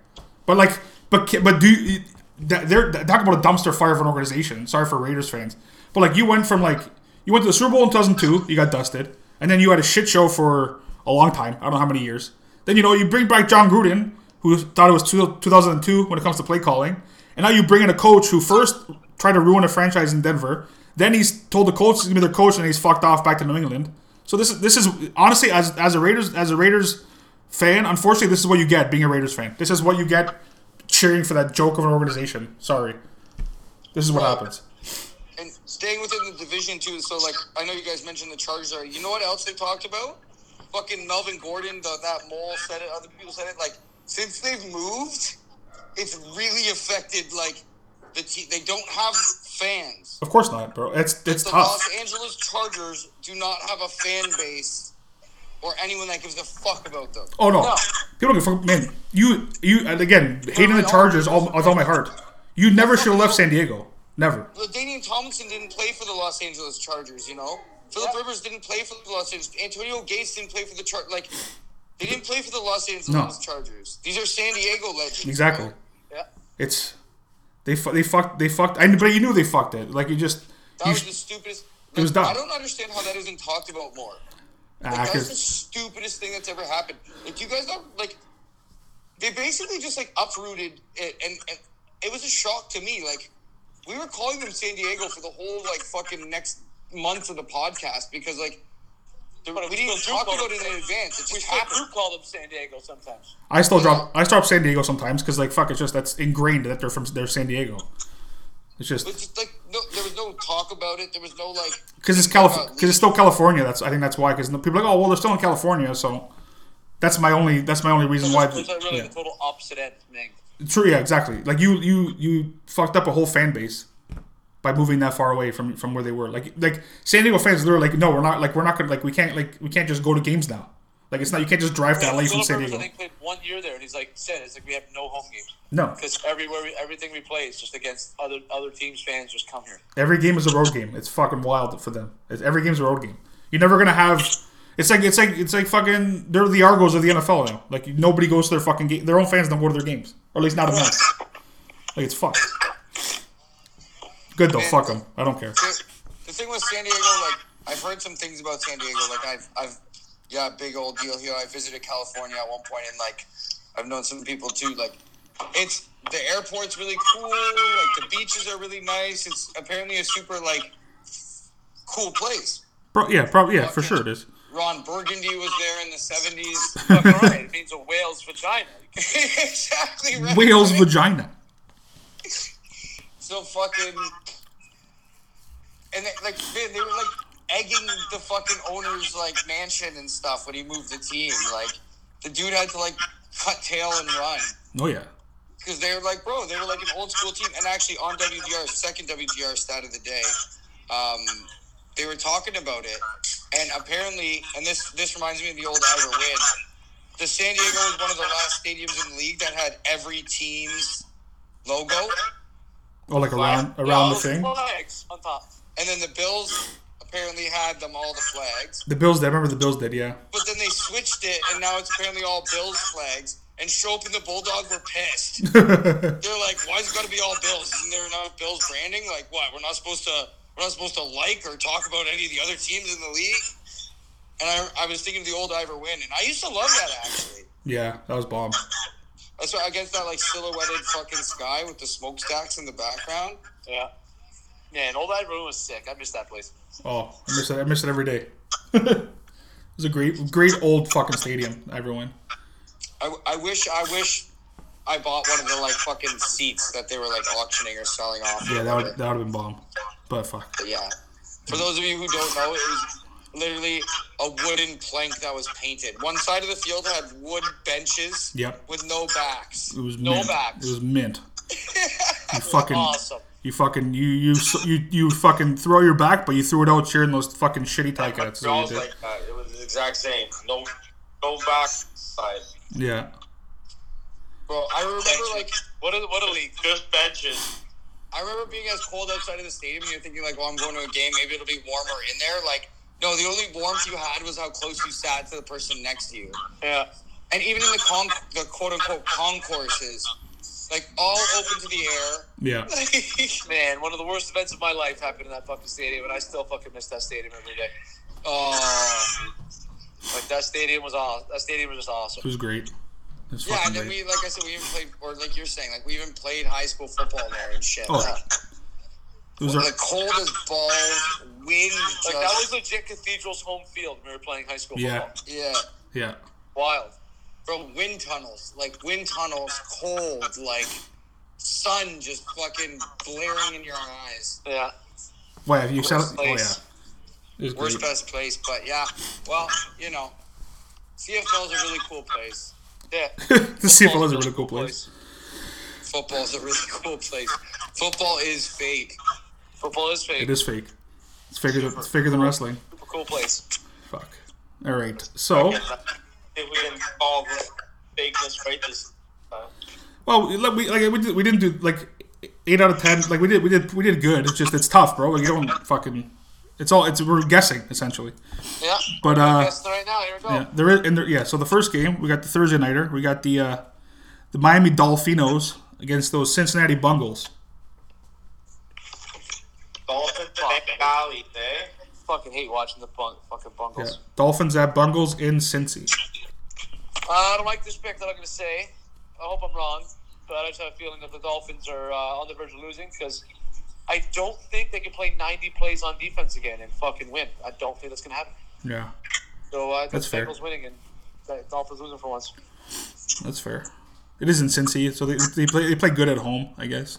Speaker 2: But like, but ki- but do you, that, they're talking about a dumpster fire of an organization. Sorry for Raiders fans, but like you went from like you went to the Super Bowl in 2002, you got dusted, and then you had a shit show for a long time. I don't know how many years. Then you know you bring back John Gruden, who thought it was two, 2002 when it comes to play calling, and now you bring in a coach who first tried to ruin a franchise in Denver. Then he's told the Colts he's gonna be their coach, and he's fucked off back to New England. So this is this is honestly as as a Raiders as a Raiders fan, unfortunately, this is what you get being a Raiders fan. This is what you get cheering for that joke of an organization. Sorry. This is what happens.
Speaker 3: And staying within the division too. So like, I know you guys mentioned the Chargers. Are you know what else they talked about? Fucking Melvin Gordon. The, that mole said it. Other people said it. Like since they've moved, it's really affected. Like the te- they don't have fans.
Speaker 2: Of course not, bro. It's it's
Speaker 3: The
Speaker 2: tough.
Speaker 3: Los Angeles Chargers do not have a fan base or anyone that gives a fuck about them.
Speaker 2: Oh no. People don't give a fuck man, you you and again, hating the Chargers all with all my heart. You never should have left San Diego. Never.
Speaker 3: Ladainian Tomlinson didn't play for the Los Angeles Chargers, you know. Philip Rivers didn't play for the Los Angeles. Antonio Gates didn't play for the Char. Like, they didn't play for the Los Angeles
Speaker 2: No.
Speaker 3: Chargers. These are San Diego legends.
Speaker 2: Exactly.
Speaker 6: Yeah.
Speaker 2: It's they fu- they fucked they fucked I but you knew they fucked it. Like you just
Speaker 3: That
Speaker 2: you
Speaker 3: was
Speaker 2: sh-
Speaker 3: the stupidest.
Speaker 2: It was done.
Speaker 3: I don't understand how that isn't talked about more.
Speaker 2: Ah,
Speaker 3: Like, that's the
Speaker 2: 'cause-
Speaker 3: stupidest thing that's ever happened. Like you guys are like, they basically just like uprooted it, and, and it was a shock to me. Like we were calling them San Diego for the whole like fucking next month of the podcast because like the, we didn't
Speaker 6: still do
Speaker 3: talk
Speaker 6: call
Speaker 3: about
Speaker 6: them-
Speaker 3: it in advance. It
Speaker 6: We
Speaker 3: just
Speaker 6: still do
Speaker 3: happened.
Speaker 6: call them San Diego sometimes.
Speaker 2: I still drop I still drop San Diego sometimes because like fuck, it's just that's ingrained that they're from they're San Diego. It's just
Speaker 3: But just like no, there was no talk about it. There was no like
Speaker 2: because it's Calif- cause it's still California. That's I think that's why because people are like oh well they're still in California so that's my only that's my only reason why.
Speaker 6: It's like really
Speaker 2: yeah.
Speaker 6: the total opposite end thing.
Speaker 2: True, yeah, exactly. Like you, you, you fucked up a whole fan base by moving that far away from from where they were. Like, like San Diego fans, they're like, no, we're not. Like, we're not gonna. Like, we can't. Like, we can't just go to games now. Like, it's not. You can't just drive to LA from
Speaker 6: Philip
Speaker 2: San
Speaker 6: Rivers, I
Speaker 2: Diego.
Speaker 6: think played one year there, and he's like said, "It's like we have no home games
Speaker 2: No,
Speaker 6: because everywhere, we, everything we play is just against other other teams' fans. Just come here."
Speaker 2: every game is a road game. It's fucking wild for them. It's, every game's a road game. You're never gonna have. It's like it's like it's like fucking. They're the Argos of the NFL now. Like nobody goes to their fucking game. Their own fans don't go to their games, or at least not enough. Like it's fucked. Good though. Fuck them. I don't care.
Speaker 3: the, the thing with San Diego, like I've heard some things about San Diego. Like I've, I've, yeah, big old deal here. I visited California at one point, and like I've known some people too. Like it's the airport's really cool. Like the beaches are really nice. It's apparently a super like cool place.
Speaker 2: Pro- yeah, probably. Yeah, for sure it is.
Speaker 3: Ron Burgundy was there in the seventies.
Speaker 6: Fucking right, it means a whale's vagina.
Speaker 3: exactly right.
Speaker 2: Whale's
Speaker 3: Like,
Speaker 2: vagina.
Speaker 3: So fucking. And they, like they, they were like egging the fucking owner's like mansion and stuff when he moved the team. Like the dude had to like cut tail and run
Speaker 2: Oh yeah.
Speaker 3: because they were like, bro, they were like an old school team. And actually, on WGR, second WGR stat of the day, um, they were talking about it. And apparently, and this this reminds me of the old Ira win. The San Diego was one of the last stadiums in the league that had every team's logo.
Speaker 2: Oh, like around
Speaker 6: All
Speaker 2: around the thing.
Speaker 6: flags on top.
Speaker 3: And then the Bills apparently had them all the flags,
Speaker 2: The Bills. Did. I remember the Bills did. Yeah.
Speaker 3: but then they switched it, and now it's apparently all Bills flags. And Shope and the Bulldog were pissed. They're like, "Why's it got to be all Bills? Isn't there enough Bills branding? Like, what? We're not supposed to. We're not supposed to like or talk about any of the other teams in the league." And I, I was thinking of the old Ivor win, and I used to love that actually.
Speaker 2: Yeah, that was bomb.
Speaker 3: That's why against that like silhouetted fucking sky with the smokestacks in the background.
Speaker 6: Yeah. Man, old Ivory was sick. I miss that place.
Speaker 2: Oh, I miss it. I miss it every day. it was a great, great old fucking stadium. Everyone.
Speaker 3: I, I wish I wish I bought one of the like fucking seats that they were like auctioning or selling off. or
Speaker 2: Yeah, that would
Speaker 3: whatever.
Speaker 2: that would have been bomb. But fuck.
Speaker 3: But yeah. For those of you who don't know, it was literally a wooden plank that was painted. One side of the field had wood benches.
Speaker 2: Yep.
Speaker 3: With no backs.
Speaker 2: It was
Speaker 3: no
Speaker 2: mint.
Speaker 3: backs.
Speaker 2: It was mint. You fucking.
Speaker 6: Awesome.
Speaker 2: You fucking you you s- you you fucking throw your back, but you threw it out cheering those fucking shitty tie cuts. is
Speaker 4: It
Speaker 2: what
Speaker 4: was
Speaker 2: you did.
Speaker 4: like that. It was the exact same. No, no backside.
Speaker 2: Yeah,
Speaker 3: Bro, I remember like
Speaker 6: What a what a league.
Speaker 4: Just benches.
Speaker 3: I remember being as cold outside of the stadium and you're thinking like, well, I'm going to a game, maybe it'll be warmer in there. Like, no, the only warmth you had was how close you sat to the person next to you.
Speaker 6: Yeah.
Speaker 3: and even in the con- the quote unquote concourses, like all open to the air.
Speaker 2: yeah.
Speaker 6: Man, one of the worst events of my life happened in that fucking stadium, and I still fucking miss that stadium every day.
Speaker 3: Oh,
Speaker 6: Like that stadium was awesome. That stadium was just
Speaker 2: It
Speaker 6: awesome.
Speaker 2: was great. It was
Speaker 3: yeah, and
Speaker 2: fucking
Speaker 3: then
Speaker 2: great.
Speaker 3: we, like I said, we even played, or like you're saying, like we even played high school football there and shit.
Speaker 2: Oh.
Speaker 4: uh,
Speaker 3: Yeah.
Speaker 2: It was our,
Speaker 3: The cold as balls, wind,
Speaker 6: Like that was
Speaker 3: just,
Speaker 6: legit Cathedral's home field when we were playing high school
Speaker 2: yeah,
Speaker 6: football.
Speaker 3: yeah,
Speaker 2: yeah.
Speaker 6: Wild.
Speaker 3: bro, wind tunnels, like wind tunnels, cold, like sun just fucking blaring in your eyes.
Speaker 6: Yeah.
Speaker 2: Why have you said? Oh yeah.
Speaker 3: place.
Speaker 2: It was
Speaker 3: Worst
Speaker 2: great.
Speaker 3: best place, but yeah, well, you know, CFL is a really cool place.
Speaker 6: Yeah.
Speaker 2: the CFL is a really cool place.
Speaker 3: Football is a really cool place. Football is fake.
Speaker 6: Football is fake.
Speaker 2: It is fake. It's faker. Than, it's faker than wrestling.
Speaker 6: Super cool place.
Speaker 2: Fuck. All right. So,
Speaker 4: If we didn't call the fakeness right uh, this time.
Speaker 2: well, we like we like we, did, we didn't do like eight out of ten. Like we did, we did, we did good. It's just it's tough, bro. Like you don't fucking. It's all. It's we're guessing essentially.
Speaker 3: Yeah.
Speaker 2: But uh,
Speaker 3: That's right now. Here we go.
Speaker 2: yeah, there is and there, yeah. So the first game we got the Thursday nighter. We got the uh, the Miami Dolphinos against those Cincinnati Bungles.
Speaker 4: Dolphins and Bengalis, eh?
Speaker 6: fucking hate watching the bung- fucking
Speaker 2: Yeah.
Speaker 6: Bungles.
Speaker 2: Dolphins at Bungles in Cincy.
Speaker 6: Uh, I don't like this pick that I'm going to say. I hope I'm wrong, but I just have a feeling that the Dolphins are uh, on the verge of losing because I don't think they can play 90 plays on defense again and fucking win. I don't think that's going to happen.
Speaker 2: Yeah,
Speaker 6: So uh,
Speaker 2: That's
Speaker 6: that's
Speaker 2: fair.
Speaker 6: Bengals winning and the Dolphins losing for once.
Speaker 2: that's fair. It is in Cincy, so they, they play they play good at home, I guess.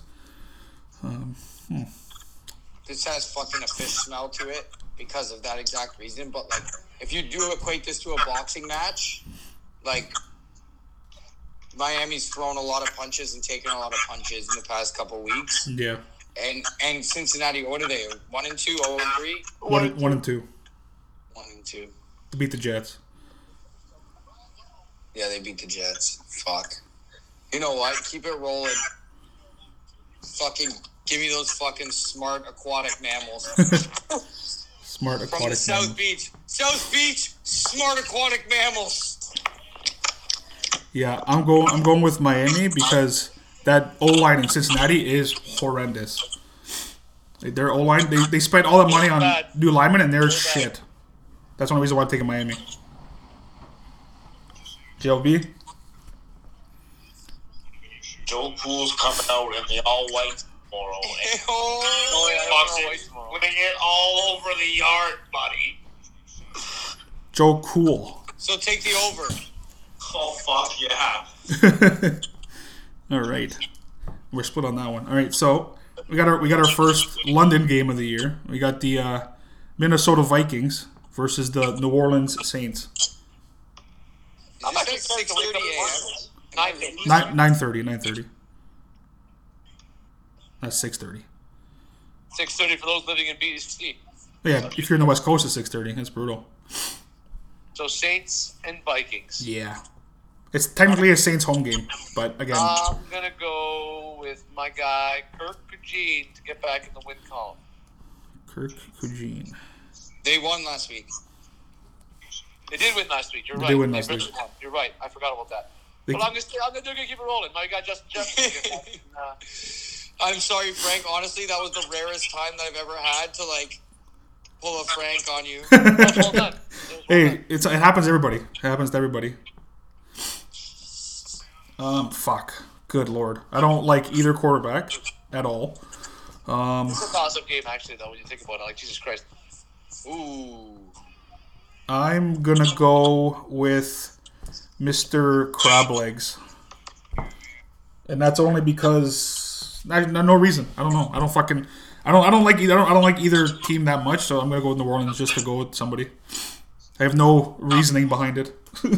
Speaker 3: This has fucking a fish smell to it because of that exact reason. But like, if you do equate this to a boxing match, like Miami's thrown a lot of punches and taken a lot of punches in the past couple weeks,
Speaker 2: Yeah,
Speaker 3: and and Cincinnati, what are they? One and two, oh and three,
Speaker 2: one one and two
Speaker 3: one and two.
Speaker 2: to beat the Jets.
Speaker 3: Yeah, they beat the Jets. Fuck. You know what? Keep it rolling. Fucking give me those fucking smart aquatic mammals from
Speaker 2: Smart
Speaker 3: the
Speaker 2: aquatic.
Speaker 3: South
Speaker 2: man.
Speaker 3: Beach. South Beach, smart aquatic mammals.
Speaker 2: Yeah, I'm going. I'm going with Miami because that O line in Cincinnati is horrendous. Like, Their O line, they, they spent all that money on
Speaker 6: Bad.
Speaker 2: new linemen, and they're shit. That's one reason why I'm taking Miami. JLB,
Speaker 4: Joe Pool's coming out in the all white tomorrow. And
Speaker 3: Oh,
Speaker 4: fucking wing it all over the yard, buddy.
Speaker 2: Joe Cool.
Speaker 3: So take the over.
Speaker 4: Oh fuck yeah.
Speaker 2: All right, we're split on that one. All right, so we got our we got our first London game of the year. We got the uh, Minnesota Vikings versus the New Orleans Saints.
Speaker 3: I'm
Speaker 6: actually excited to wake up Nine days.
Speaker 2: Nine nine thirty, nine thirty. That's six thirty.
Speaker 6: 6.30 for those living in BC.
Speaker 2: Yeah, if you're in the West Coast at six thirty, that's brutal.
Speaker 6: So Saints and Vikings.
Speaker 2: Yeah, it's technically a Saints home game, but again,
Speaker 6: I'm gonna go with my guy Kirk Cousine to get back in the win column.
Speaker 2: Kirk Cousine.
Speaker 3: They won last week.
Speaker 6: They did win last week. You're
Speaker 2: They
Speaker 6: right.
Speaker 2: did win last
Speaker 6: barely
Speaker 2: week.
Speaker 6: won. You're right. I forgot about that.
Speaker 2: They-
Speaker 6: but I'm gonna, I'm gonna, they're gonna keep it rolling. My guy Justin Jefferson. to get back in, uh,
Speaker 3: I'm sorry, Frank. Honestly, that was the rarest time that I've ever had to like pull a Frank on you.
Speaker 6: well done. It was well
Speaker 2: Hey,
Speaker 6: done.
Speaker 2: it's it happens to everybody. It happens to everybody. Um, fuck. Good lord, I don't like either quarterback at all.
Speaker 6: It's a toss-up game actually though. When you think about it, like Jesus Christ.
Speaker 3: Ooh.
Speaker 2: I'm gonna go with Mr. Crab Legs, and that's only because I, no no reason. I don't know. I don't fucking. I don't. I don't like either. I don't, I don't like either team that much. So I'm gonna go with New Orleans just to go with somebody. I have no reasoning behind it.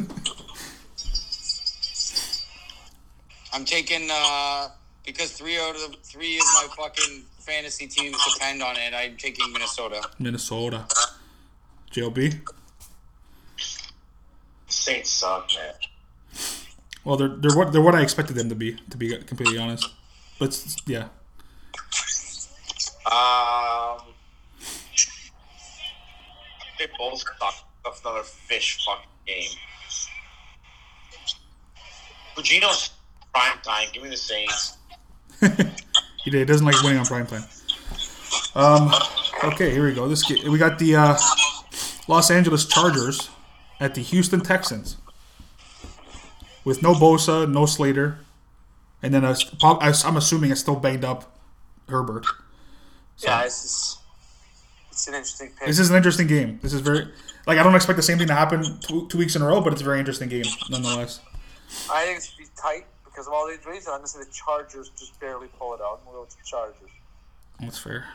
Speaker 3: I'm taking uh because three out of the three of my fucking fantasy teams depend on it. I'm taking Minnesota.
Speaker 2: Minnesota, JLB.
Speaker 4: Saints suck, man.
Speaker 2: Well, they're they're what they're what I expected them to be. To be completely honest, but s- yeah,
Speaker 4: Um, they both suck. That's another fish fucking game. Gugino's prime time. Give me the Saints.
Speaker 2: He did. Doesn't like winning on prime time. Um, okay, here we go. This ga- we got the uh, Los Angeles Chargers at the Houston Texans with no Bosa, no Slater, and then a, prob- I- I'm assuming it's still banged up Herbert.
Speaker 6: Yeah, it's just, it's an interesting pick.
Speaker 2: This is an interesting game. This is very like I don't expect the same thing to happen two, two weeks in a row, but it's a very interesting game nonetheless.
Speaker 6: I think it's gonna be tight because of all the injuries, and I'm gonna say the Chargers just barely pull it out. We'll go with the Chargers.
Speaker 2: That's fair.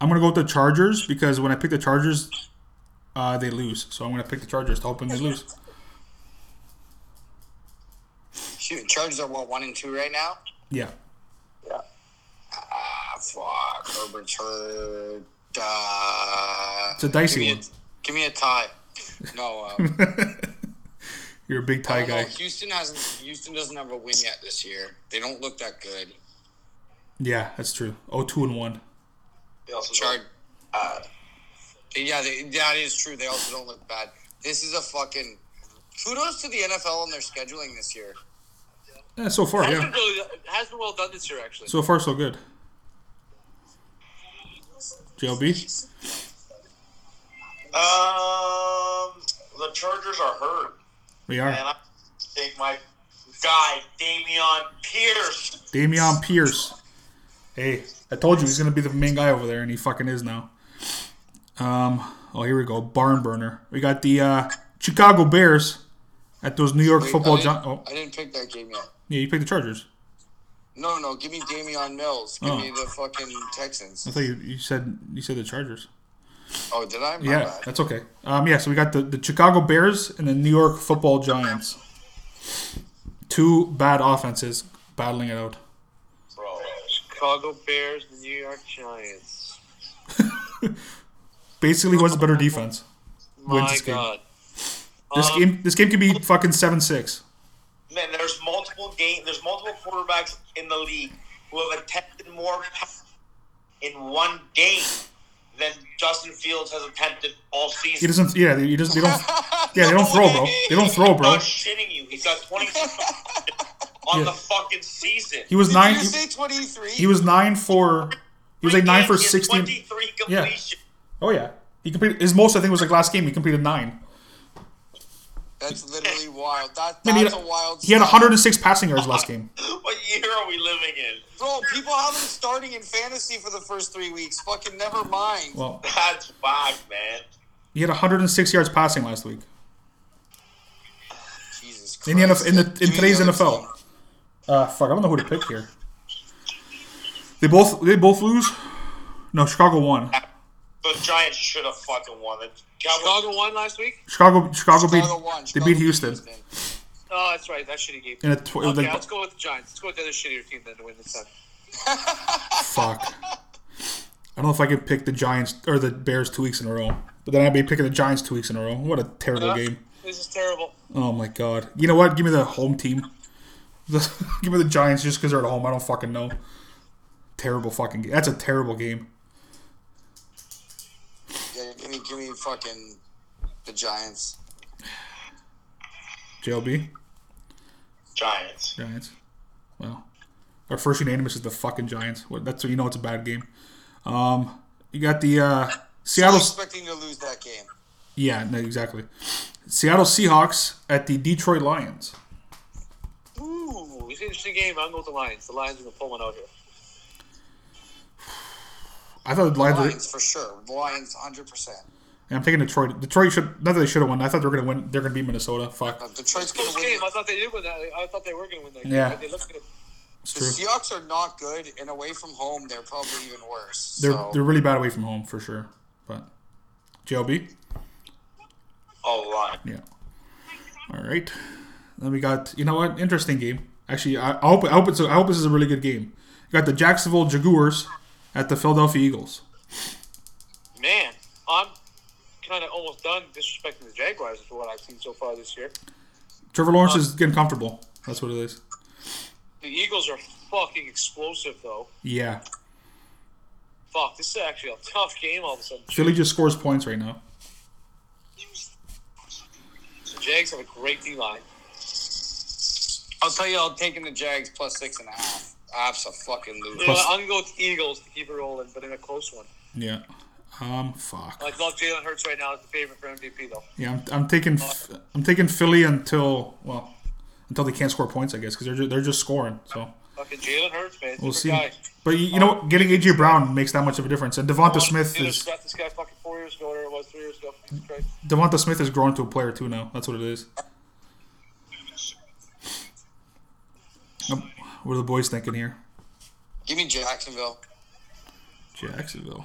Speaker 2: I'm gonna go with the Chargers because when I pick the Chargers, uh, they lose. So I'm gonna pick the Chargers to hoping they lose.
Speaker 3: Shoot, Chargers are what one and two right now.
Speaker 2: Yeah,
Speaker 6: Yeah.
Speaker 3: Ah, fuck. Herbert's hurt. Uh,
Speaker 2: it's a dicey
Speaker 3: give, me
Speaker 2: one.
Speaker 3: a, give me a tie. No, uh,
Speaker 2: You're a big tie
Speaker 3: no,
Speaker 2: guy.
Speaker 3: Houston hasn't. Houston doesn't have a win yet this year. They don't look that good.
Speaker 2: Yeah, that's true. Oh, two and one.
Speaker 4: They also
Speaker 3: Char- uh, yeah, they, that is true. They also don't look bad. This is a fucking kudos to the NFL on their scheduling this year.
Speaker 2: Yeah, so far,
Speaker 6: Has, been
Speaker 2: yeah.
Speaker 6: really, has been well done this year, actually.
Speaker 2: So far, so good. JLB?
Speaker 4: Um, the Chargers are hurt,
Speaker 2: We
Speaker 4: and
Speaker 2: are.
Speaker 4: I think my guy Damian Pierce.
Speaker 2: Damian Pierce. Hey, I told you he's gonna be the main guy over there, and he fucking is now. Um. Oh, here we go. Barn burner. We got the uh, Chicago Bears at those New York
Speaker 3: Wait,
Speaker 2: football.
Speaker 3: I
Speaker 2: Gi-
Speaker 3: didn't,
Speaker 2: oh,
Speaker 3: I didn't pick that game yet.
Speaker 2: yeah, you picked the Chargers.
Speaker 3: No, no, give me Damian Mills. Give
Speaker 2: Oh.
Speaker 3: me the fucking
Speaker 2: I
Speaker 3: Texans.
Speaker 2: thought you, you said you said the Chargers.
Speaker 3: Oh, did I? My
Speaker 2: Yeah,
Speaker 6: Uh,
Speaker 3: bad.
Speaker 2: that's okay. Um, yeah, so we got the, the Chicago Bears and the New York Football Giants. Two bad offenses battling it out.
Speaker 4: Bro,
Speaker 6: Chicago Bears, the New York Giants.
Speaker 2: Basically, who has the better defense? Wins
Speaker 6: My
Speaker 2: this game.
Speaker 6: God.
Speaker 2: This
Speaker 6: Um,
Speaker 2: game this game could be fucking seven six.
Speaker 4: man, there's multiple game. There's multiple quarterbacks in the league who have attempted more passes in one game than Justin Fields has attempted all
Speaker 2: He
Speaker 4: season.
Speaker 2: doesn't. Yeah, he just. They don't. Yeah, they don't throw, bro. They don't throw,
Speaker 4: I'm
Speaker 2: bro.
Speaker 6: Oh,
Speaker 4: not shitting you. He's got 23 on
Speaker 2: Yeah.
Speaker 4: the fucking season.
Speaker 2: He was
Speaker 3: Did
Speaker 2: nine.
Speaker 3: you
Speaker 2: He,
Speaker 3: say 23?
Speaker 2: he was nine for. He was like nine for sixteen.
Speaker 4: 23
Speaker 2: Yeah.
Speaker 4: completion.
Speaker 2: Oh yeah, he completed his most. I think was like last game. He completed nine.
Speaker 3: That's literally wild. That,
Speaker 2: Man, he
Speaker 3: that's
Speaker 2: had-
Speaker 3: a wild
Speaker 2: He had
Speaker 3: stat.
Speaker 2: 106 passing yards last game.
Speaker 4: What year are we living in?
Speaker 3: Bro, people have him starting in fantasy for the first three weeks. Fucking never mind.
Speaker 2: Well,
Speaker 4: That's whack, man.
Speaker 2: he had 106 yards passing last week.
Speaker 3: Jesus Christ.
Speaker 2: In the NF in, the,
Speaker 3: Give
Speaker 2: in
Speaker 3: me
Speaker 2: today's
Speaker 3: the other
Speaker 2: NFL.
Speaker 3: team.
Speaker 2: Uh, fuck, I don't know who to pick here. They both they both lose. No, Chicago won.
Speaker 4: The Giants should have fucking won. The Cowboys,
Speaker 6: Chicago won last week?
Speaker 2: Chicago Chicago,
Speaker 3: Chicago
Speaker 2: beat
Speaker 3: won.
Speaker 2: they
Speaker 3: Chicago
Speaker 2: beat Houston
Speaker 6: Oh, that's right. That shitty game.
Speaker 2: in a tw-
Speaker 6: Okay,
Speaker 2: like,
Speaker 6: let's go with the Giants. Let's go with the other shittier team than to win this time.
Speaker 2: fuck. I don't know if I could pick the Giants or the Bears two weeks in a row, but then I'd be picking the Giants two weeks in a row. What a terrible
Speaker 3: Uh,
Speaker 2: game!
Speaker 6: This is terrible.
Speaker 2: Oh my god. You know what? Give me the home team. The- Give me the Giants just because they're at home. I don't fucking know. Terrible fucking game. That's a terrible game.
Speaker 3: Yeah, give me, give me fucking the Giants.
Speaker 2: JLB.
Speaker 4: Giants.
Speaker 2: Giants. Well, our first unanimous is the fucking Giants. Well, That's so you know it's a bad game. Um, you got the uh,
Speaker 3: I'm
Speaker 2: Seattle.
Speaker 3: expecting to lose that game.
Speaker 2: Yeah, no, exactly. Seattle Seahawks at the Detroit Lions.
Speaker 6: Ooh, it's an interesting game. I'm going with the Lions. The Lions are going to pull one out here.
Speaker 2: I thought the Lions. Were,
Speaker 3: Lions for sure. Lions, hundred percent.
Speaker 2: yeah, I'm taking Detroit. Detroit should not that they should have won. I thought they were gonna win. They're gonna beat Minnesota. Fuck,
Speaker 3: Detroit's gonna
Speaker 6: Close
Speaker 3: win.
Speaker 6: game. I thought they did win that. I thought they were going to win that game.
Speaker 2: Yeah.
Speaker 6: but They looked good.
Speaker 2: it's
Speaker 3: The
Speaker 2: true.
Speaker 3: Seahawks are not good, and away from home, they're probably even worse.
Speaker 2: They're
Speaker 3: so.
Speaker 2: they're really bad away from home for sure. But JLB.
Speaker 4: All right.
Speaker 2: Yeah. All right. Then we got you know what interesting game. Actually, I, I hope I hope it's a, I hope this is a really good game. You got the Jacksonville Jaguars at the Philadelphia Eagles.
Speaker 6: Man, I'm kind of almost done disrespecting the Jaguars for what I've seen so far this year.
Speaker 2: Trevor Lawrence is getting comfortable. That's what it is.
Speaker 6: The Eagles are fucking explosive, though.
Speaker 2: Yeah,
Speaker 6: Fuck, this is actually a tough game all of a sudden.
Speaker 2: Philly just scores points right now.
Speaker 6: The Jags have a great D line.
Speaker 3: I'll tell you, I'll take in the Jags plus six and a half. Absolutely.
Speaker 6: You know what, I'm going to go with the Eagles to keep it rolling, but in a close one.
Speaker 2: Yeah. Um. Fuck.
Speaker 6: I love Jalen Hurts right now as the favorite for MVP, though.
Speaker 2: Yeah. I'm, I'm taking Ph- I'm taking Philly until well until they can't score points I guess because they're ju- they're just scoring so
Speaker 6: Fucking Jalen Hurts, man.
Speaker 2: we'll
Speaker 6: Super
Speaker 2: see.
Speaker 6: Guy.
Speaker 2: But you, you know what? Getting AJ Brown makes that much of a difference and
Speaker 4: Oh,
Speaker 2: Devonta Smith
Speaker 6: Steelers
Speaker 2: is
Speaker 6: got this guy fucking four years ago, or it was three years ago. Jesus Christ.
Speaker 2: Devonta Smith has grown to a player too now. That's what it is. Um, What are the boys thinking here?
Speaker 3: Give me Jacksonville.
Speaker 2: Jacksonville.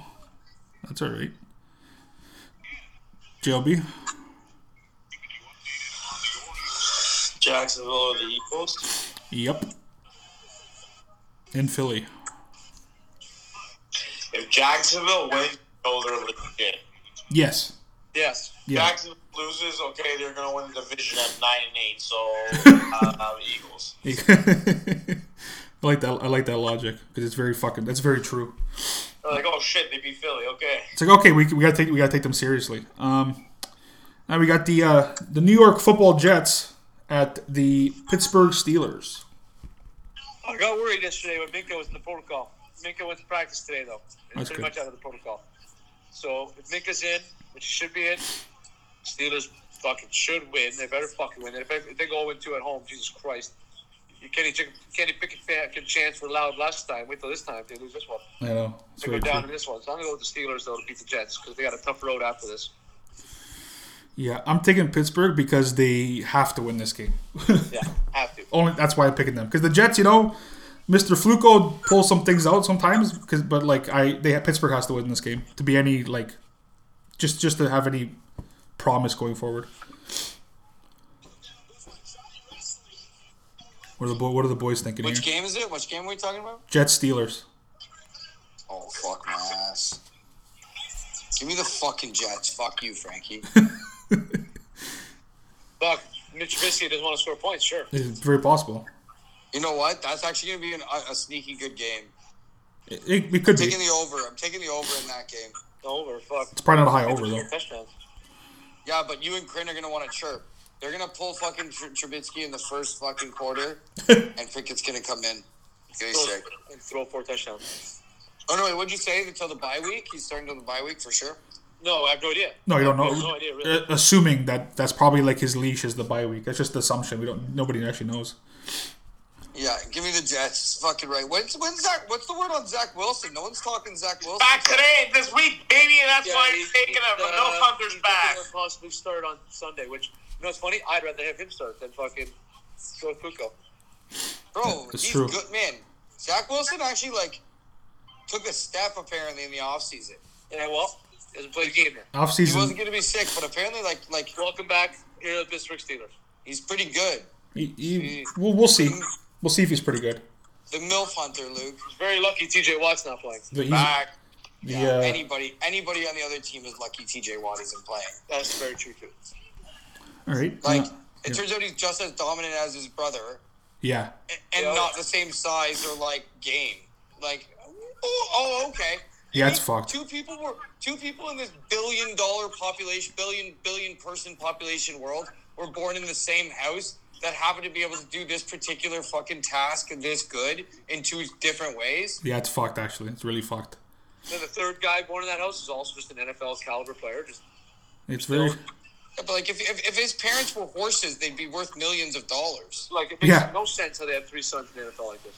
Speaker 2: That's all right. JLB.
Speaker 4: Jacksonville or the Eagles?
Speaker 2: Yep. In Philly.
Speaker 4: If Jacksonville wins, no, they're legit.
Speaker 2: Yes.
Speaker 6: Yes.
Speaker 2: Yeah.
Speaker 4: Jacksonville loses, okay, they're going to win the division at 9 and 8, so uh, Eagles.
Speaker 2: I like that. I like that logic because it's very fucking. That's very true.
Speaker 4: They're like, oh shit, they beat Philly, okay.
Speaker 2: It's like okay, we, we gotta take we gotta take them seriously. Um, now we got the uh, the New York Football Jets at the Pittsburgh Steelers.
Speaker 6: I got worried yesterday when Minka was in the protocol. Minka went to practice today, though. He's
Speaker 2: That's
Speaker 6: pretty
Speaker 2: good.
Speaker 6: much out of the protocol. So if Minka's in, which should be in, Steelers fucking should win. They better fucking win. And if, if they go win two at home, Jesus Christ. You can't even, can't even pick a fucking chance for loud last time. Wait till this time if they lose this one.
Speaker 2: I know. It's
Speaker 6: They go
Speaker 2: very
Speaker 6: down
Speaker 2: true.
Speaker 6: in this one. So I'm going to go with the Steelers, though, to beat the Jets because they got a tough road after this.
Speaker 2: Yeah, I'm taking Pittsburgh because they have to win this game.
Speaker 6: Yeah, have to.
Speaker 2: Only that's why I'm picking them because the Jets, you know, Mr. Fluco pulls some things out sometimes. 'cause- but like I, they Pittsburgh has to win this game to be any like, just just to have any promise going forward. What are the boy, What are the boys thinking
Speaker 3: Which
Speaker 2: here?
Speaker 3: game is it? Which game are we talking about?
Speaker 2: Jets Steelers.
Speaker 3: Oh fuck my ass. Give me the fucking Jets. Fuck you, Frankie.
Speaker 6: Fuck, Mitch Trubisky doesn't want to score points, sure.
Speaker 2: It's very possible.
Speaker 3: you know what? That's actually gonna be an, a, a sneaky good game.
Speaker 2: It, it, it could be.
Speaker 3: Taking the over. I'm taking the over in that game.
Speaker 6: Over, fuck.
Speaker 2: It's probably not a high over though.
Speaker 6: Touchdowns.
Speaker 3: Yeah, but you and Crin are gonna want to chirp. They're gonna pull fucking Tr- Trubisky in the first fucking quarter, and Pickett's gonna come in. It's gonna be sick.
Speaker 6: And throw four touchdowns.
Speaker 3: Oh no! Wait, what'd you say? Until the bye week? He's starting till the bye week for sure.
Speaker 6: No, I have no idea.
Speaker 2: No, you don't
Speaker 6: I
Speaker 2: know.
Speaker 6: have no idea, really.
Speaker 2: Uh, Assuming that that's probably like his leash is the bye week. That's just assumption. We don't. Nobody actually knows.
Speaker 3: Yeah, give me the Jets. Fucking right. When's when's Zach? What's the word on Zach Wilson? No one's talking Zach Wilson.
Speaker 4: Back today, this week, baby, and that's why I'm taking him.
Speaker 6: he's,
Speaker 4: no
Speaker 6: uh,
Speaker 4: hunters
Speaker 6: he's
Speaker 4: back.
Speaker 6: gonna Possibly start on Sunday, which you know it's funny. I'd rather have him start than fucking go Fuko.
Speaker 3: Bro,
Speaker 2: That's
Speaker 3: he's
Speaker 2: true.
Speaker 3: good man. Zach Wilson actually like took a step apparently in the offseason.
Speaker 6: Yeah, well, doesn't play the game here.
Speaker 2: Off
Speaker 3: He
Speaker 2: season.
Speaker 3: wasn't gonna be sick, but apparently like like
Speaker 6: Welcome back, you're the Pittsburgh Steelers.
Speaker 3: he's pretty good.
Speaker 2: He, he, we'll, we'll see. We'll see if he's pretty good.
Speaker 3: The MILF hunter, Luke.
Speaker 6: He's very lucky TJ Watt's not playing.
Speaker 2: But he's,
Speaker 3: Back.
Speaker 2: the,
Speaker 3: Yeah.
Speaker 2: uh,
Speaker 3: Anybody anybody on the other team is lucky TJ Watt isn't playing.
Speaker 6: That's very true too.
Speaker 2: all right.
Speaker 3: Like
Speaker 2: yeah.
Speaker 3: it turns out he's just as dominant as his brother
Speaker 2: yeah.
Speaker 3: a- and
Speaker 6: Yeah.
Speaker 3: not the same size or like game. Like oh, oh okay.
Speaker 2: Yeah, it's
Speaker 3: Hey,
Speaker 2: fucked.
Speaker 3: Two people were two people in this billion dollar population, billion billion person population world were born in the same house that happened to be able to do this particular fucking task this good in two different ways.
Speaker 2: Yeah, it's fucked. Actually, it's really fucked.
Speaker 6: Then the third guy born in that house is also just an NFL caliber player. Just
Speaker 2: It's very.
Speaker 3: But like if, if, if his parents were horses, they'd be worth millions of dollars.
Speaker 6: like it makes
Speaker 2: Yeah.
Speaker 6: no sense how they have three sons in the NFL like this.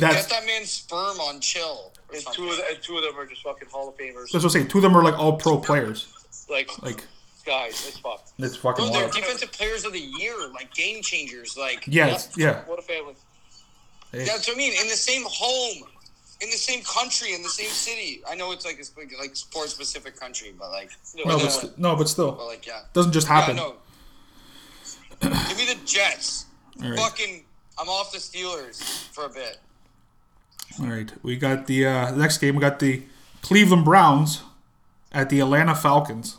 Speaker 2: That's-
Speaker 3: get that man's sperm on chill. or
Speaker 6: And
Speaker 3: something.
Speaker 6: two of the, and two of them are just fucking Hall of Famers.
Speaker 2: That's what I say. Two of them are like all pro players.
Speaker 6: Like
Speaker 2: Like
Speaker 6: guys, it's fucked.
Speaker 2: it's fucking
Speaker 3: Bro, they're
Speaker 2: wild.
Speaker 3: defensive players of the year, like game changers. Like
Speaker 2: Yeah. It's, yeah.
Speaker 6: What a family.
Speaker 3: That's what I mean. In the same home, in the same country, in the same city. I know it's like it's like, like sport specific country, but like,
Speaker 2: No, but st- no, but
Speaker 3: but
Speaker 2: still,
Speaker 3: like yeah,
Speaker 2: doesn't just
Speaker 3: yeah, I
Speaker 2: happen.
Speaker 3: know. Give me the Jets.
Speaker 2: All right.
Speaker 3: Fucking, I'm off the Steelers for a bit.
Speaker 2: All right, we got the uh, next game. We got the Cleveland Browns at the Atlanta Falcons,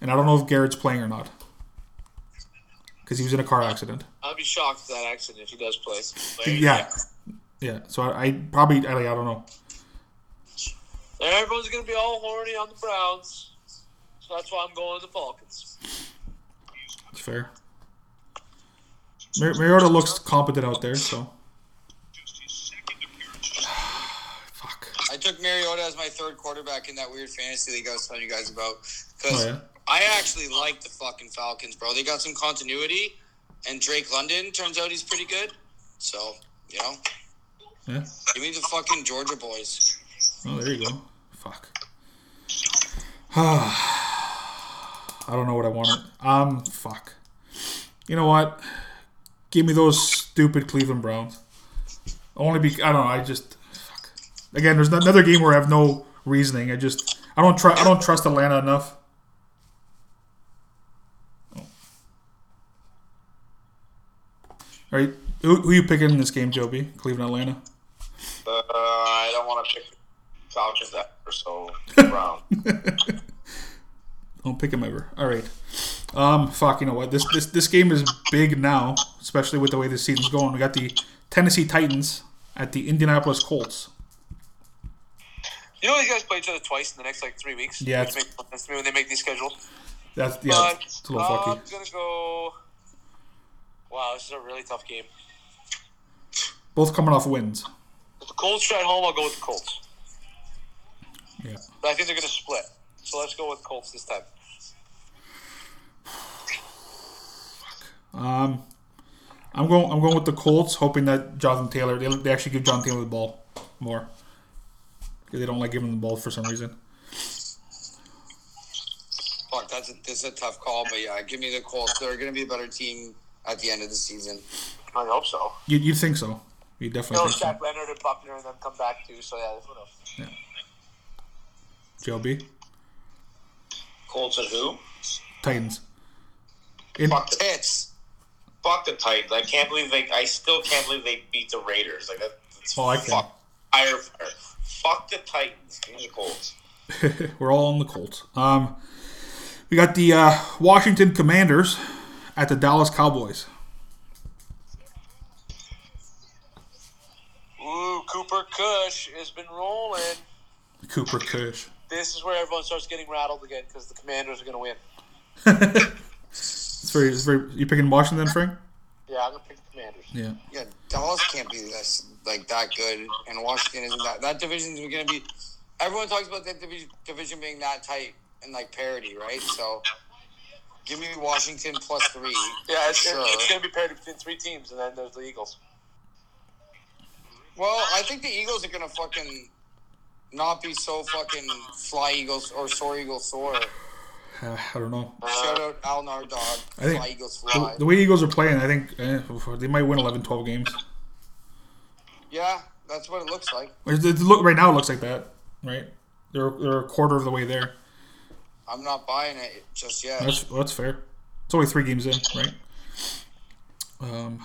Speaker 2: and I don't know if Garrett's playing or not because he was in a car accident.
Speaker 6: I'd be shocked at that accident if he does play.
Speaker 4: Like,
Speaker 2: Yeah, yeah. So I, I probably I, I don't know.
Speaker 6: Everyone's gonna be all horny on the Browns, so that's why I'm going to the Falcons.
Speaker 2: It's fair. Mar- Mariota looks competent out there, so fuck.
Speaker 3: I took Mariota as my third quarterback in that weird fantasy league I was telling you guys about because
Speaker 2: Oh, yeah?
Speaker 3: I actually like the fucking Falcons, bro. They got some continuity, and Drake London turns out he's pretty good. So you know,
Speaker 2: Yeah.
Speaker 3: give me the fucking Georgia boys.
Speaker 2: Oh, there you go. Fuck. I don't know what I wanted. Um, fuck. You know what? Give me those stupid Cleveland Browns. Only be I don't know. I just fuck. Again, there's another game where I have no reasoning. I just I don't try. I don't trust Atlanta enough. Oh. All right, who, who you picking in this game, Joby? Cleveland, Atlanta.
Speaker 4: Uh, I don't want to pick Falcons ever, so Brown.
Speaker 2: Don't pick him ever. All right. Um, fuck. You know what? This this this game is big now, especially with the way this season's going. We got the Tennessee Titans at the Indianapolis Colts.
Speaker 6: You know, these guys play each other twice in the next like three weeks.
Speaker 2: Yeah,
Speaker 6: which
Speaker 2: it's-
Speaker 6: makes no sense to me when they make these schedules.
Speaker 2: That's yeah.
Speaker 6: But
Speaker 2: It's a little
Speaker 6: I'm
Speaker 2: fucky.
Speaker 6: gonna go. Wow, this is a really tough game.
Speaker 2: Both coming off wins.
Speaker 6: If the Colts try at home, I'll go with the Colts.
Speaker 2: Yeah.
Speaker 6: But I think they're going to split. So let's go with Colts this time.
Speaker 2: I'm going. I'm going with the Colts, hoping that Jonathan Taylor. They, they actually give Jonathan Taylor the ball more. 'Cause They don't like giving him the ball for some reason.
Speaker 3: Fuck, that's a, this is a tough call, but yeah, give me the Colts. They're going to be a better team at the end of the season.
Speaker 6: I hope so.
Speaker 2: You you think so? You definitely
Speaker 6: No,
Speaker 2: think so.
Speaker 6: Shaq Leonard and Buckner and then come back too. So yeah, who knows?
Speaker 2: JLB
Speaker 4: Colts and who?
Speaker 2: Titans. In,
Speaker 4: Fuck the,
Speaker 3: Tits.
Speaker 4: fuck the Titans. I can't believe they. I still can't believe they beat the Raiders. Like that, that's
Speaker 2: Oh, I can.
Speaker 4: fuck. Fire, fire. Fuck the Titans. Give me the Colts.
Speaker 2: we're all on the Colts. Um, we got the uh, Washington Commanders at the Dallas Cowboys.
Speaker 6: Ooh, Cooper Cush has been rolling.
Speaker 2: Cooper Kush.
Speaker 6: This is where everyone starts getting rattled again because the Commanders are going to win.
Speaker 2: It's very. It's very. You picking Washington, Frank?
Speaker 6: Yeah, I'm going to pick the Commanders.
Speaker 2: Yeah.
Speaker 3: Yeah, Dallas can't be this like that good, and Washington isn't that. That division's going to be. Everyone talks about that division, division being that tight and like parity, right? So, give me Washington plus three.
Speaker 6: Yeah, it's, uh,
Speaker 3: Sure.
Speaker 6: it's going to be paired between three teams, and then there's the Eagles.
Speaker 3: Well, I think the Eagles are gonna fucking not be so fucking fly Eagles or soar Eagles soar.
Speaker 2: Uh, I don't know.
Speaker 3: Shout out Al Nardog,
Speaker 2: I think-
Speaker 3: fly Eagles
Speaker 2: The,
Speaker 3: fly.
Speaker 2: the way Eagles are playing, I think eh, they might win 11, 12 games.
Speaker 3: yeah, that's what it looks like.
Speaker 2: It, it look right now. It looks like that, right? They're they're a quarter of the way there.
Speaker 3: I'm not buying it just yet.
Speaker 2: That's well, that's fair. It's only three games in, right? Um,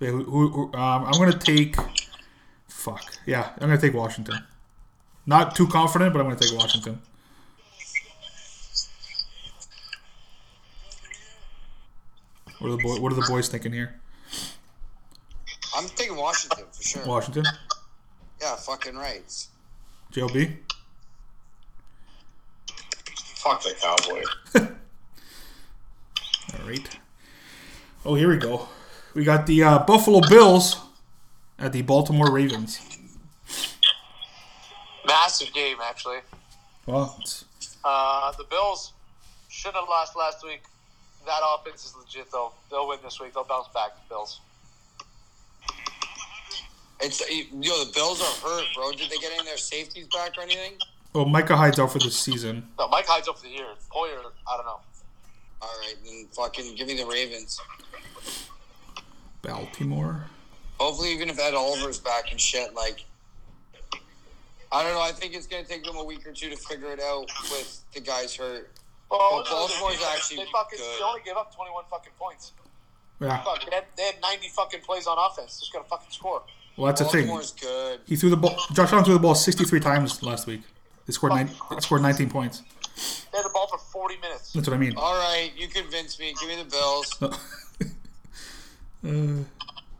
Speaker 2: yeah, who, who, who- um, I'm gonna take. Fuck yeah, I'm gonna take Washington. Not too confident, but I'm gonna take Washington. What are the boy, What are the boys thinking here?
Speaker 3: I'm thinking Washington for sure.
Speaker 2: Washington,
Speaker 3: Yeah, fucking right.
Speaker 2: JLB.
Speaker 4: Fuck the Cowboys.
Speaker 2: All right. Oh, here we go. We got the uh, Buffalo Bills at the Baltimore Ravens.
Speaker 6: Massive game, actually.
Speaker 2: Well, it's,
Speaker 6: Uh, the Bills should have lost last week. That offense is legit, though. They'll win this week. They'll bounce back, the Bills.
Speaker 3: It's yo, the Bills are hurt, bro. Did they get any of their safeties back or anything?
Speaker 2: well, Micah Hyde's out for this season.
Speaker 6: No, Mike Hyde's up for the year. Poyer, I don't know.
Speaker 3: All right, then fucking give me the Ravens.
Speaker 2: Baltimore.
Speaker 3: Hopefully, even if Ed Oliver's back and shit, like, I don't know. I think it's gonna take them a week or two to figure it out with the guys hurt.
Speaker 6: Well,
Speaker 3: But Baltimore's actually
Speaker 6: they fucking
Speaker 3: good.
Speaker 6: they only gave up 21 fucking points.
Speaker 2: Yeah.
Speaker 6: Fuck, they had, they had 90 fucking plays on offense. Just got to fucking score.
Speaker 2: Well, that's the thing.
Speaker 3: Baltimore's good.
Speaker 2: He threw the ball. Josh Allen threw the ball 63 times last week. They scored nine, they scored 19 points.
Speaker 6: They had the ball for 40 minutes.
Speaker 2: That's what I mean.
Speaker 3: All right, you convinced me. Give me the Bills.
Speaker 2: uh, all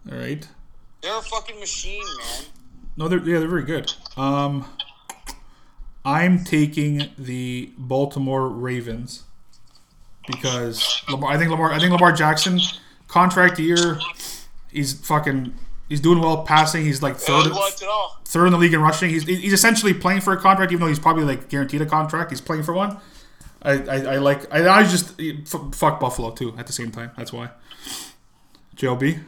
Speaker 2: right.
Speaker 3: They're a fucking machine, man.
Speaker 2: No, they're yeah, they're very good. Um, I'm taking the Baltimore Ravens because Lamar, I think Lamar, I think Lamar Jackson contract year, he's fucking, he's doing well passing. He's like
Speaker 6: They
Speaker 2: third,
Speaker 6: looked it all.
Speaker 2: third in the league in rushing. He's he's essentially playing for a contract, even though he's probably like guaranteed a contract. He's playing for one. I, I, I like I, I just f- fuck Buffalo too at the same time. That's why. JLB.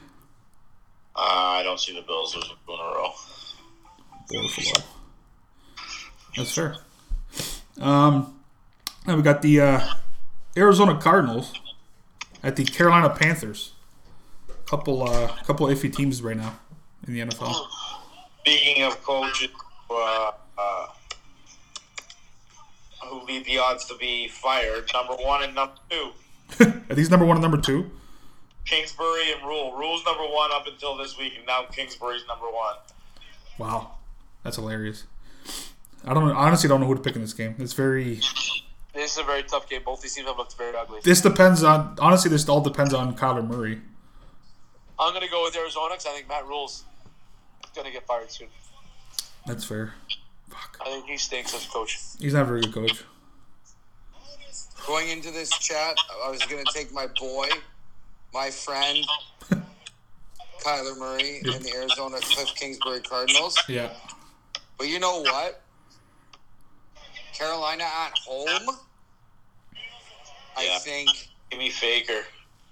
Speaker 4: Uh, I don't see the Bills losing two in a row.
Speaker 2: Buffalo. That's fair. Um, now we got the uh, Arizona Cardinals at the Carolina Panthers. Couple, uh, couple iffy teams right now in the NFL.
Speaker 4: Speaking of coaches uh, uh, who lead the odds to be fired, number one and number two,
Speaker 2: Are these number one and number two?
Speaker 4: Kingsbury and Rule. Rule's number one up until this week, and now Kingsbury's number one.
Speaker 2: Wow, that's hilarious. I don't know, I honestly don't know who to pick in this game. It's very.
Speaker 6: This is a very tough game. Both these teams have looked very ugly.
Speaker 2: This depends on honestly. This all depends on Kyler Murray.
Speaker 6: I'm going to go with Arizona because I think Matt Rule's going to get fired soon.
Speaker 2: That's fair. Fuck,
Speaker 6: I think he stinks as a coach.
Speaker 2: he's not a very good coach.
Speaker 3: Going into this chat, I was gonna take my boy, my friend, Kyler Murray, and the Arizona Cliff Kingsbury Cardinals.
Speaker 2: Yeah,
Speaker 3: But you know what? Carolina at home. I
Speaker 4: Yeah.
Speaker 3: think.
Speaker 4: Give me Faker.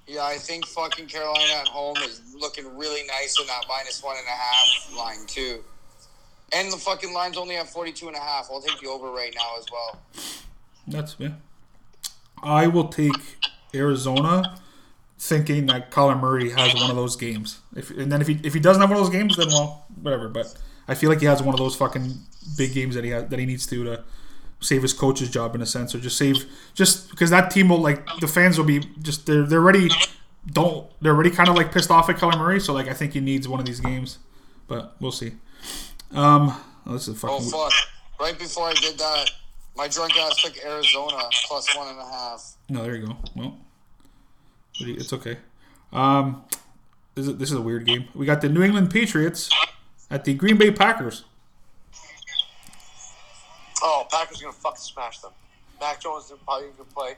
Speaker 3: Yeah, I think fucking Carolina at home is looking really nice in that minus one and a half line too. And the fucking line's only at 42 and a half. I'll take the over right now as well.
Speaker 2: That's yeah. I will take Arizona, thinking that Colin Murray has one of those games. If and then if he if he doesn't have one of those games, then well, whatever. But I feel like he has one of those fucking big games that he has, that he needs to to save his coach's job in a sense, or just save just because that team will like the fans will be just they're they're already don't they're already kind of like pissed off at Colin Murray. So like I think he needs one of these games, but we'll see. Um, oh, this is a fucking.
Speaker 3: Oh fuck! Right before I did that, my drunk ass took Arizona plus one and a half.
Speaker 2: No, there you go. Well, what do you- it's okay. Um, this is, this is a weird game. We got the New England Patriots at the Green Bay Packers.
Speaker 6: Oh, Packers are gonna fucking smash them. Mac Jones is probably gonna play.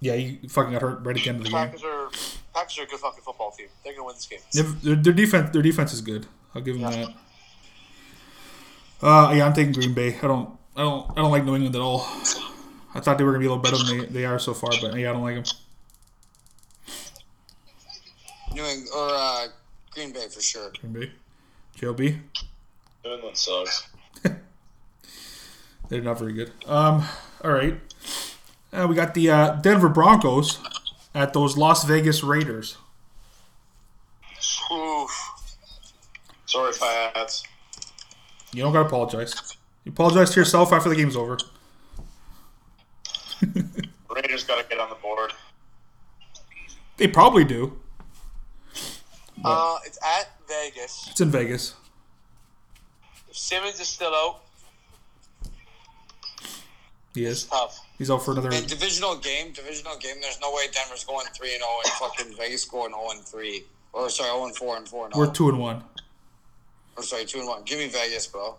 Speaker 2: Yeah, you fucking got hurt right at the end of the game.
Speaker 6: Packers are Packers are a good fucking football team. They're gonna win this game.
Speaker 2: Their, their- their defense, their defense is good. I'll give them that. Uh, yeah, I'm taking Green Bay. I don't, I don't, I don't like New England at all. I thought they were gonna be a little better than they, they are so far, but yeah, I don't like them.
Speaker 3: New Eng- or uh, Green Bay for sure.
Speaker 2: Green Bay, JLB,
Speaker 4: New England sucks.
Speaker 2: they're not very good. Um, all right. Uh, we got the uh, Denver Broncos at those Las Vegas Raiders.
Speaker 4: Oof. Sorry, Pats.
Speaker 2: You don't gotta apologize. You apologize to yourself after the game's over.
Speaker 4: Raiders got to get on the board.
Speaker 2: They probably do.
Speaker 6: Uh, it's at Vegas.
Speaker 2: It's in Vegas.
Speaker 6: If Simmons is still out,
Speaker 2: He is.
Speaker 6: tough.
Speaker 2: He's out for another.
Speaker 3: And divisional game, divisional game. There's no way Denver's going three and zero and fucking Vegas going zero and three. Or sorry, zero and four and four and
Speaker 2: We're
Speaker 3: zero.
Speaker 2: two and one.
Speaker 3: Or sorry, two and one. Give me Vegas, bro.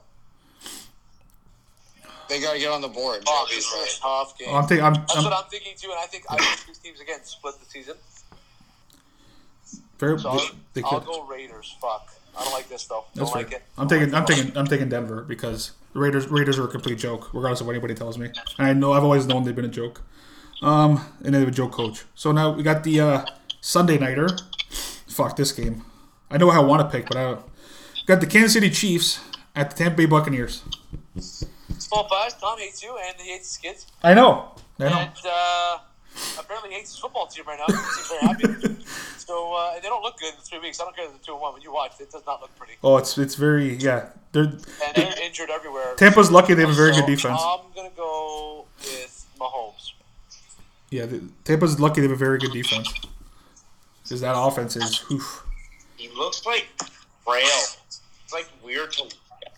Speaker 3: They gotta get on the board.
Speaker 6: Oh, this
Speaker 3: obviously.
Speaker 6: is a tough game.
Speaker 2: Oh, I'm, taking. I'm,
Speaker 6: That's what
Speaker 2: I'm
Speaker 6: I'm thinking too, and I think I think these teams again split the season.
Speaker 2: fair.
Speaker 6: So I'll,
Speaker 2: They
Speaker 6: I'll
Speaker 2: could.
Speaker 6: go Raiders. Fuck. I don't like this though.
Speaker 2: That's
Speaker 6: don't
Speaker 2: fair.
Speaker 6: like it.
Speaker 2: I'm
Speaker 6: Don't
Speaker 2: taking.
Speaker 6: like
Speaker 2: I'm
Speaker 6: it.
Speaker 2: taking. I'm taking Denver because the Raiders. Raiders are a complete joke, regardless of what anybody tells me. And I know. I've always known they've been a joke. Um, and they have a joke coach. So now we got the uh, Sunday nighter. Fuck this game. I know how I want to pick, but I don't. Got the Kansas City Chiefs at the Tampa Bay Buccaneers.
Speaker 6: Small Pies, Tom hates you, and he hates his kids,
Speaker 2: I know. I know.
Speaker 6: and uh, apparently hates his football team right now. He seems very happy. So uh, they don't look good in three weeks. I don't care if they're two and one. When you watch, it does not look pretty.
Speaker 2: Oh, it's it's very yeah. They're
Speaker 6: And they're injured everywhere.
Speaker 2: Tampa's lucky they have a very
Speaker 6: So
Speaker 2: good defense.
Speaker 6: I'm gonna go with Mahomes.
Speaker 2: Yeah, the, Tampa's lucky they have a very good defense. Because that offense is oof.
Speaker 4: He looks like frail. It's like weird to.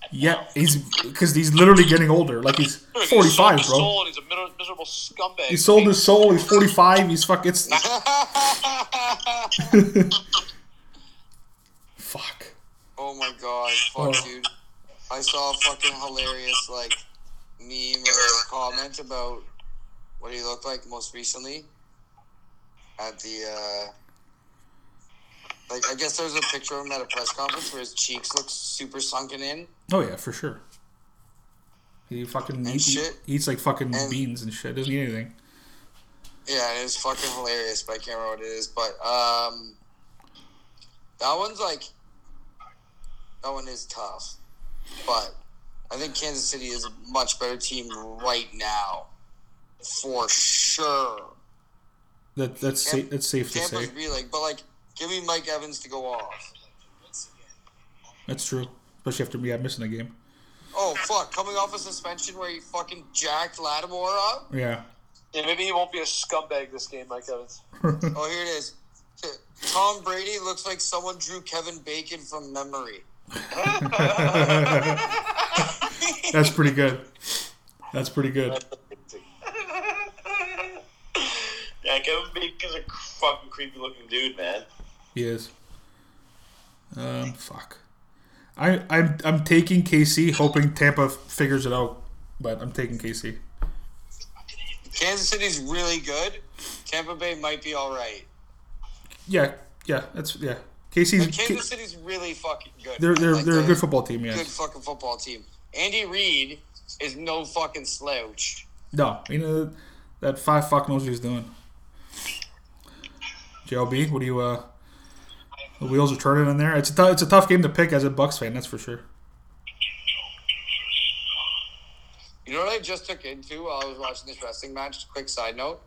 Speaker 2: Yeah, he's because he's literally getting older. Like he's
Speaker 6: He's sold
Speaker 2: 45,
Speaker 6: his
Speaker 2: bro.
Speaker 6: soul, and He's a miser- miserable scumbag.
Speaker 2: He sold his soul. He's 45. He's fuck. It's fuck.
Speaker 3: Oh my god, fuck,
Speaker 2: Oh.
Speaker 3: dude. I saw a fucking hilarious, like, meme or comment about what he looked like most recently at the, uh, like, I guess there was a picture of him at a press conference where his cheeks looked super sunken in.
Speaker 2: Oh yeah, for sure. He fucking he,
Speaker 3: shit.
Speaker 2: he eats like fucking
Speaker 3: And-
Speaker 2: beans and shit. Doesn't eat anything.
Speaker 3: Yeah, it is fucking hilarious, but I can't remember what it is. But, um, that one's like, that one is tough. But I think Kansas City is a much better team right now, for sure.
Speaker 2: That that's sa-
Speaker 3: Tampa-
Speaker 2: that's safe to
Speaker 3: Tampa's
Speaker 2: say.
Speaker 3: reeling, but like, give me Mike Evans to go off.
Speaker 2: That's true. Especially after we yeah, missing a game.
Speaker 3: Oh fuck, coming off a suspension where he fucking jacked Lattimore up.
Speaker 2: Yeah.
Speaker 6: Yeah, maybe he won't be a scumbag this game, Mike Evans.
Speaker 3: Oh, here it is. Tom Brady looks like someone drew Kevin Bacon from memory.
Speaker 2: That's pretty good. That's pretty good.
Speaker 4: Yeah, Kevin Bacon's a fucking creepy looking dude, man.
Speaker 2: He is. Um, fuck. I, I'm I'm taking KC, hoping Tampa f- figures it out, but I'm taking KC.
Speaker 3: Kansas City's really good. Tampa Bay might be all right.
Speaker 2: Yeah, yeah, that's yeah. KC's K-
Speaker 3: Kansas City's really fucking good.
Speaker 2: they're they're
Speaker 3: Like,
Speaker 2: they're a good football team.
Speaker 3: good
Speaker 2: Yes,
Speaker 3: fucking football team. Andy Reid is no fucking slouch.
Speaker 2: No, you know that five fuck knows what he's doing. JLB, what do you? uh The wheels are turning in there. It's a tou- it's a tough game to pick as a Bucks fan. That's for sure.
Speaker 3: You know what I just took into while I was watching this wrestling match? Quick side note.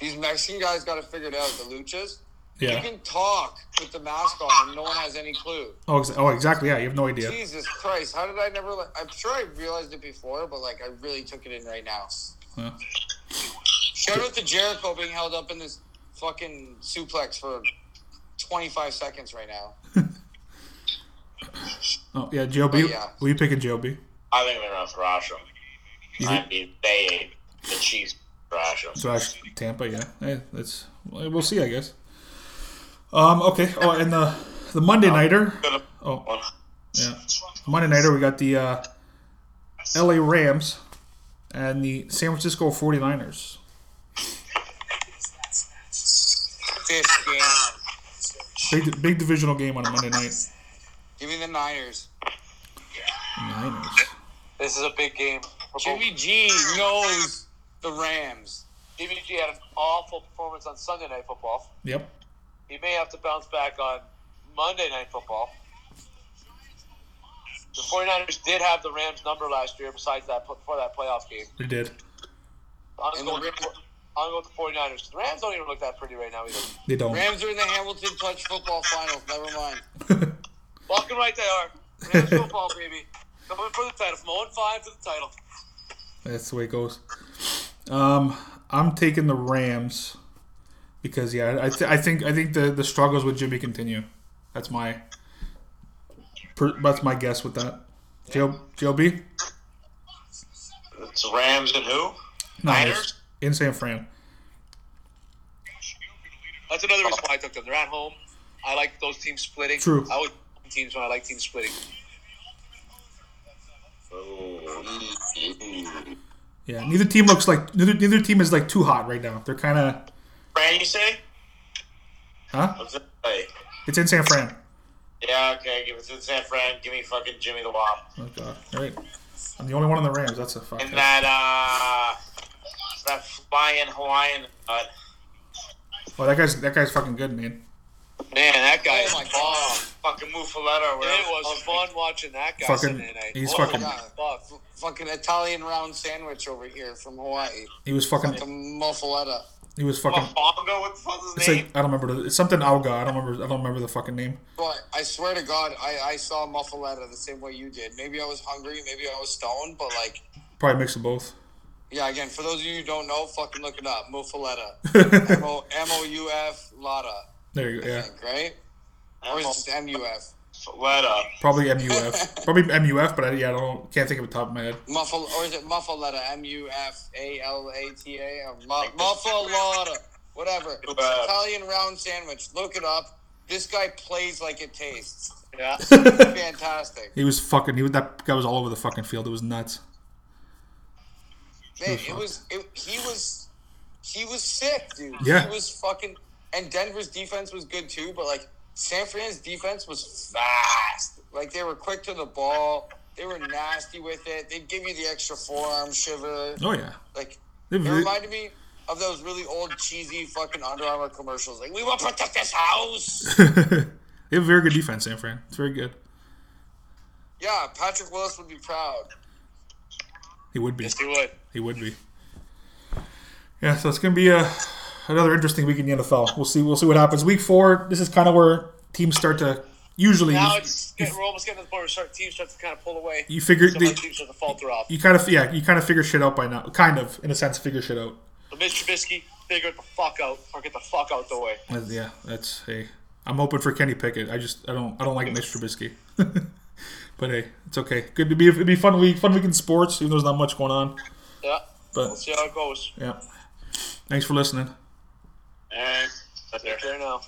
Speaker 3: These Mexican guys got it figured out, the luchas.
Speaker 2: Yeah.
Speaker 3: You can talk with the mask on and no one has any clue.
Speaker 2: Oh, ex- oh, exactly. Yeah, you have no idea.
Speaker 3: Jesus Christ, how did I never like I'm sure I realized it before, but like I really took it in right now.
Speaker 2: Yeah.
Speaker 3: Shout out to Jericho being held up in this fucking suplex for twenty five seconds right now.
Speaker 2: Oh yeah, JLB.
Speaker 3: yeah.
Speaker 2: Will you pick a JLB?
Speaker 4: I think they're gonna thrash him.
Speaker 2: You
Speaker 4: I
Speaker 2: think-
Speaker 4: mean, they the Chiefs thrash him.
Speaker 2: So that's Tampa. Yeah, hey, that's well, we'll see. I guess. Um. Okay. Oh, and the the Monday nighter. Oh. Yeah. Monday nighter. We got the uh, L.A. Rams and the San Francisco 49ers.
Speaker 3: Fifth game.
Speaker 2: Big big divisional game on a Monday night.
Speaker 3: Give me the Niners.
Speaker 2: Niners.
Speaker 6: This is a big game. for both
Speaker 3: Jimmy G knows the Rams.
Speaker 6: Jimmy G had an awful performance on Sunday Night Football.
Speaker 2: Yep.
Speaker 6: He may have to bounce back on Monday Night Football. The 49ers did have the Rams number last year besides that before that playoff game.
Speaker 2: They did.
Speaker 6: I'm going
Speaker 3: And the
Speaker 6: with
Speaker 3: Rams-
Speaker 6: the- I'm going with the 49ers. The Rams don't even look that pretty right now either.
Speaker 2: They don't.
Speaker 3: Rams are in the Hamilton Touch football finals. Never mind.
Speaker 6: Fucking right they are. Rams football, baby. Coming for the title. From 0 and 5 to the title.
Speaker 2: That's the way it goes. Um, I'm taking the Rams because yeah, I, th- I think I think the, the struggles with Jimmy continue. That's my per, that's my guess with that. Joe JLB?
Speaker 4: It's Rams and who?
Speaker 2: Niners in San Fran.
Speaker 6: That's another reason why I took them. They're at home. I like those teams splitting.
Speaker 2: True.
Speaker 6: I always like teams when I like teams splitting.
Speaker 2: Yeah, neither team looks like neither neither team is like too hot right now. They're kind of
Speaker 4: Fran, you say?
Speaker 2: huh?
Speaker 4: What's it say?
Speaker 2: It's in San Fran.
Speaker 4: Yeah, okay. Give it to San Fran. Give me fucking Jimmy the Wop.
Speaker 2: Oh god. All right. I'm the only one on the Rams. That's a fuck.
Speaker 4: And that uh, that flying Hawaiian. Uh,
Speaker 2: Oh, that guy's that guy's fucking good, man.
Speaker 6: Man, that guy
Speaker 3: Oh
Speaker 6: is
Speaker 3: my
Speaker 6: bomb.
Speaker 3: god.
Speaker 4: fucking Mufaletta.
Speaker 6: It was fun watching that guy
Speaker 2: Fucking-
Speaker 6: Sunday night.
Speaker 2: he's
Speaker 6: Oh,
Speaker 2: fucking-
Speaker 6: yeah, fuck.
Speaker 3: F- fucking Italian round sandwich over here from Hawaii.
Speaker 2: He was
Speaker 3: The
Speaker 2: fucking.
Speaker 3: muffaletta.
Speaker 2: He was fucking.
Speaker 4: Bongo, what the fuck's
Speaker 2: It's
Speaker 4: his name?
Speaker 2: like I don't remember. The, it's something Alga. I don't remember. I don't remember the fucking name.
Speaker 3: But I swear to God, I, I saw muffaletta the same way you did. Maybe I was hungry, maybe I was stoned, but like,
Speaker 2: Probably mix of both.
Speaker 3: yeah, again, for those of you who don't know, fucking look it up. Muffaletta. M O M O U F Lada.
Speaker 2: There you go. Yeah,
Speaker 3: Like, right? Or is it just M U F?
Speaker 4: Mufaletta.
Speaker 2: probably MUF. probably MUF, but I, yeah, I don't can't think of the top of my head.
Speaker 3: Muffal, or is it muffaletta? M U F A L A T A. Muffaletta. Whatever. It's
Speaker 4: Uh,
Speaker 3: Italian round sandwich. Look it up. This guy plays like it tastes.
Speaker 6: Yeah.
Speaker 3: Fantastic.
Speaker 2: He was fucking. He was that guy was all over the fucking field. It was nuts.
Speaker 3: Man, it was. It, he was. He was sick, dude.
Speaker 2: Yeah.
Speaker 3: He was fucking. And Denver's defense was good too, but like San Fran's defense was fast. Like they were quick to the ball. They were nasty with it. They'd give you the extra forearm shiver.
Speaker 2: Oh yeah.
Speaker 3: Like
Speaker 2: They
Speaker 3: it
Speaker 2: really-
Speaker 3: reminded me of those really old cheesy fucking Under Armour commercials. Like we will protect this house.
Speaker 2: they have very good defense, San Fran. It's very good.
Speaker 3: yeah, Patrick Willis would be proud.
Speaker 2: He would be.
Speaker 6: He would.
Speaker 2: He would be. Yeah, so it's gonna be a another interesting week in the NFL. We'll see. We'll see what happens. Week four. This is kind of where teams start to usually.
Speaker 6: Now
Speaker 2: you-
Speaker 6: it's getting, we're almost getting to the point where start, teams start to kind of pull away.
Speaker 2: you figure
Speaker 6: Some of
Speaker 2: they,
Speaker 6: the teams start to falter off.
Speaker 2: you kind of yeah you kind of figure shit out by now. Kind of in a sense figure shit out.
Speaker 6: So Mitch Trubisky, figure it the fuck out or get the fuck out the way.
Speaker 2: Uh, Yeah, that's hey. I'm hoping for Kenny Pickett. I just I don't I don't like Mitch Trubisky. but hey, it's okay. Good to be it'd be a fun week, fun week in sports. Even though there's not much going on,
Speaker 6: Yeah. We'll
Speaker 2: but
Speaker 6: see how it goes.
Speaker 2: yeah. Thanks for listening.
Speaker 4: And there.
Speaker 6: There now.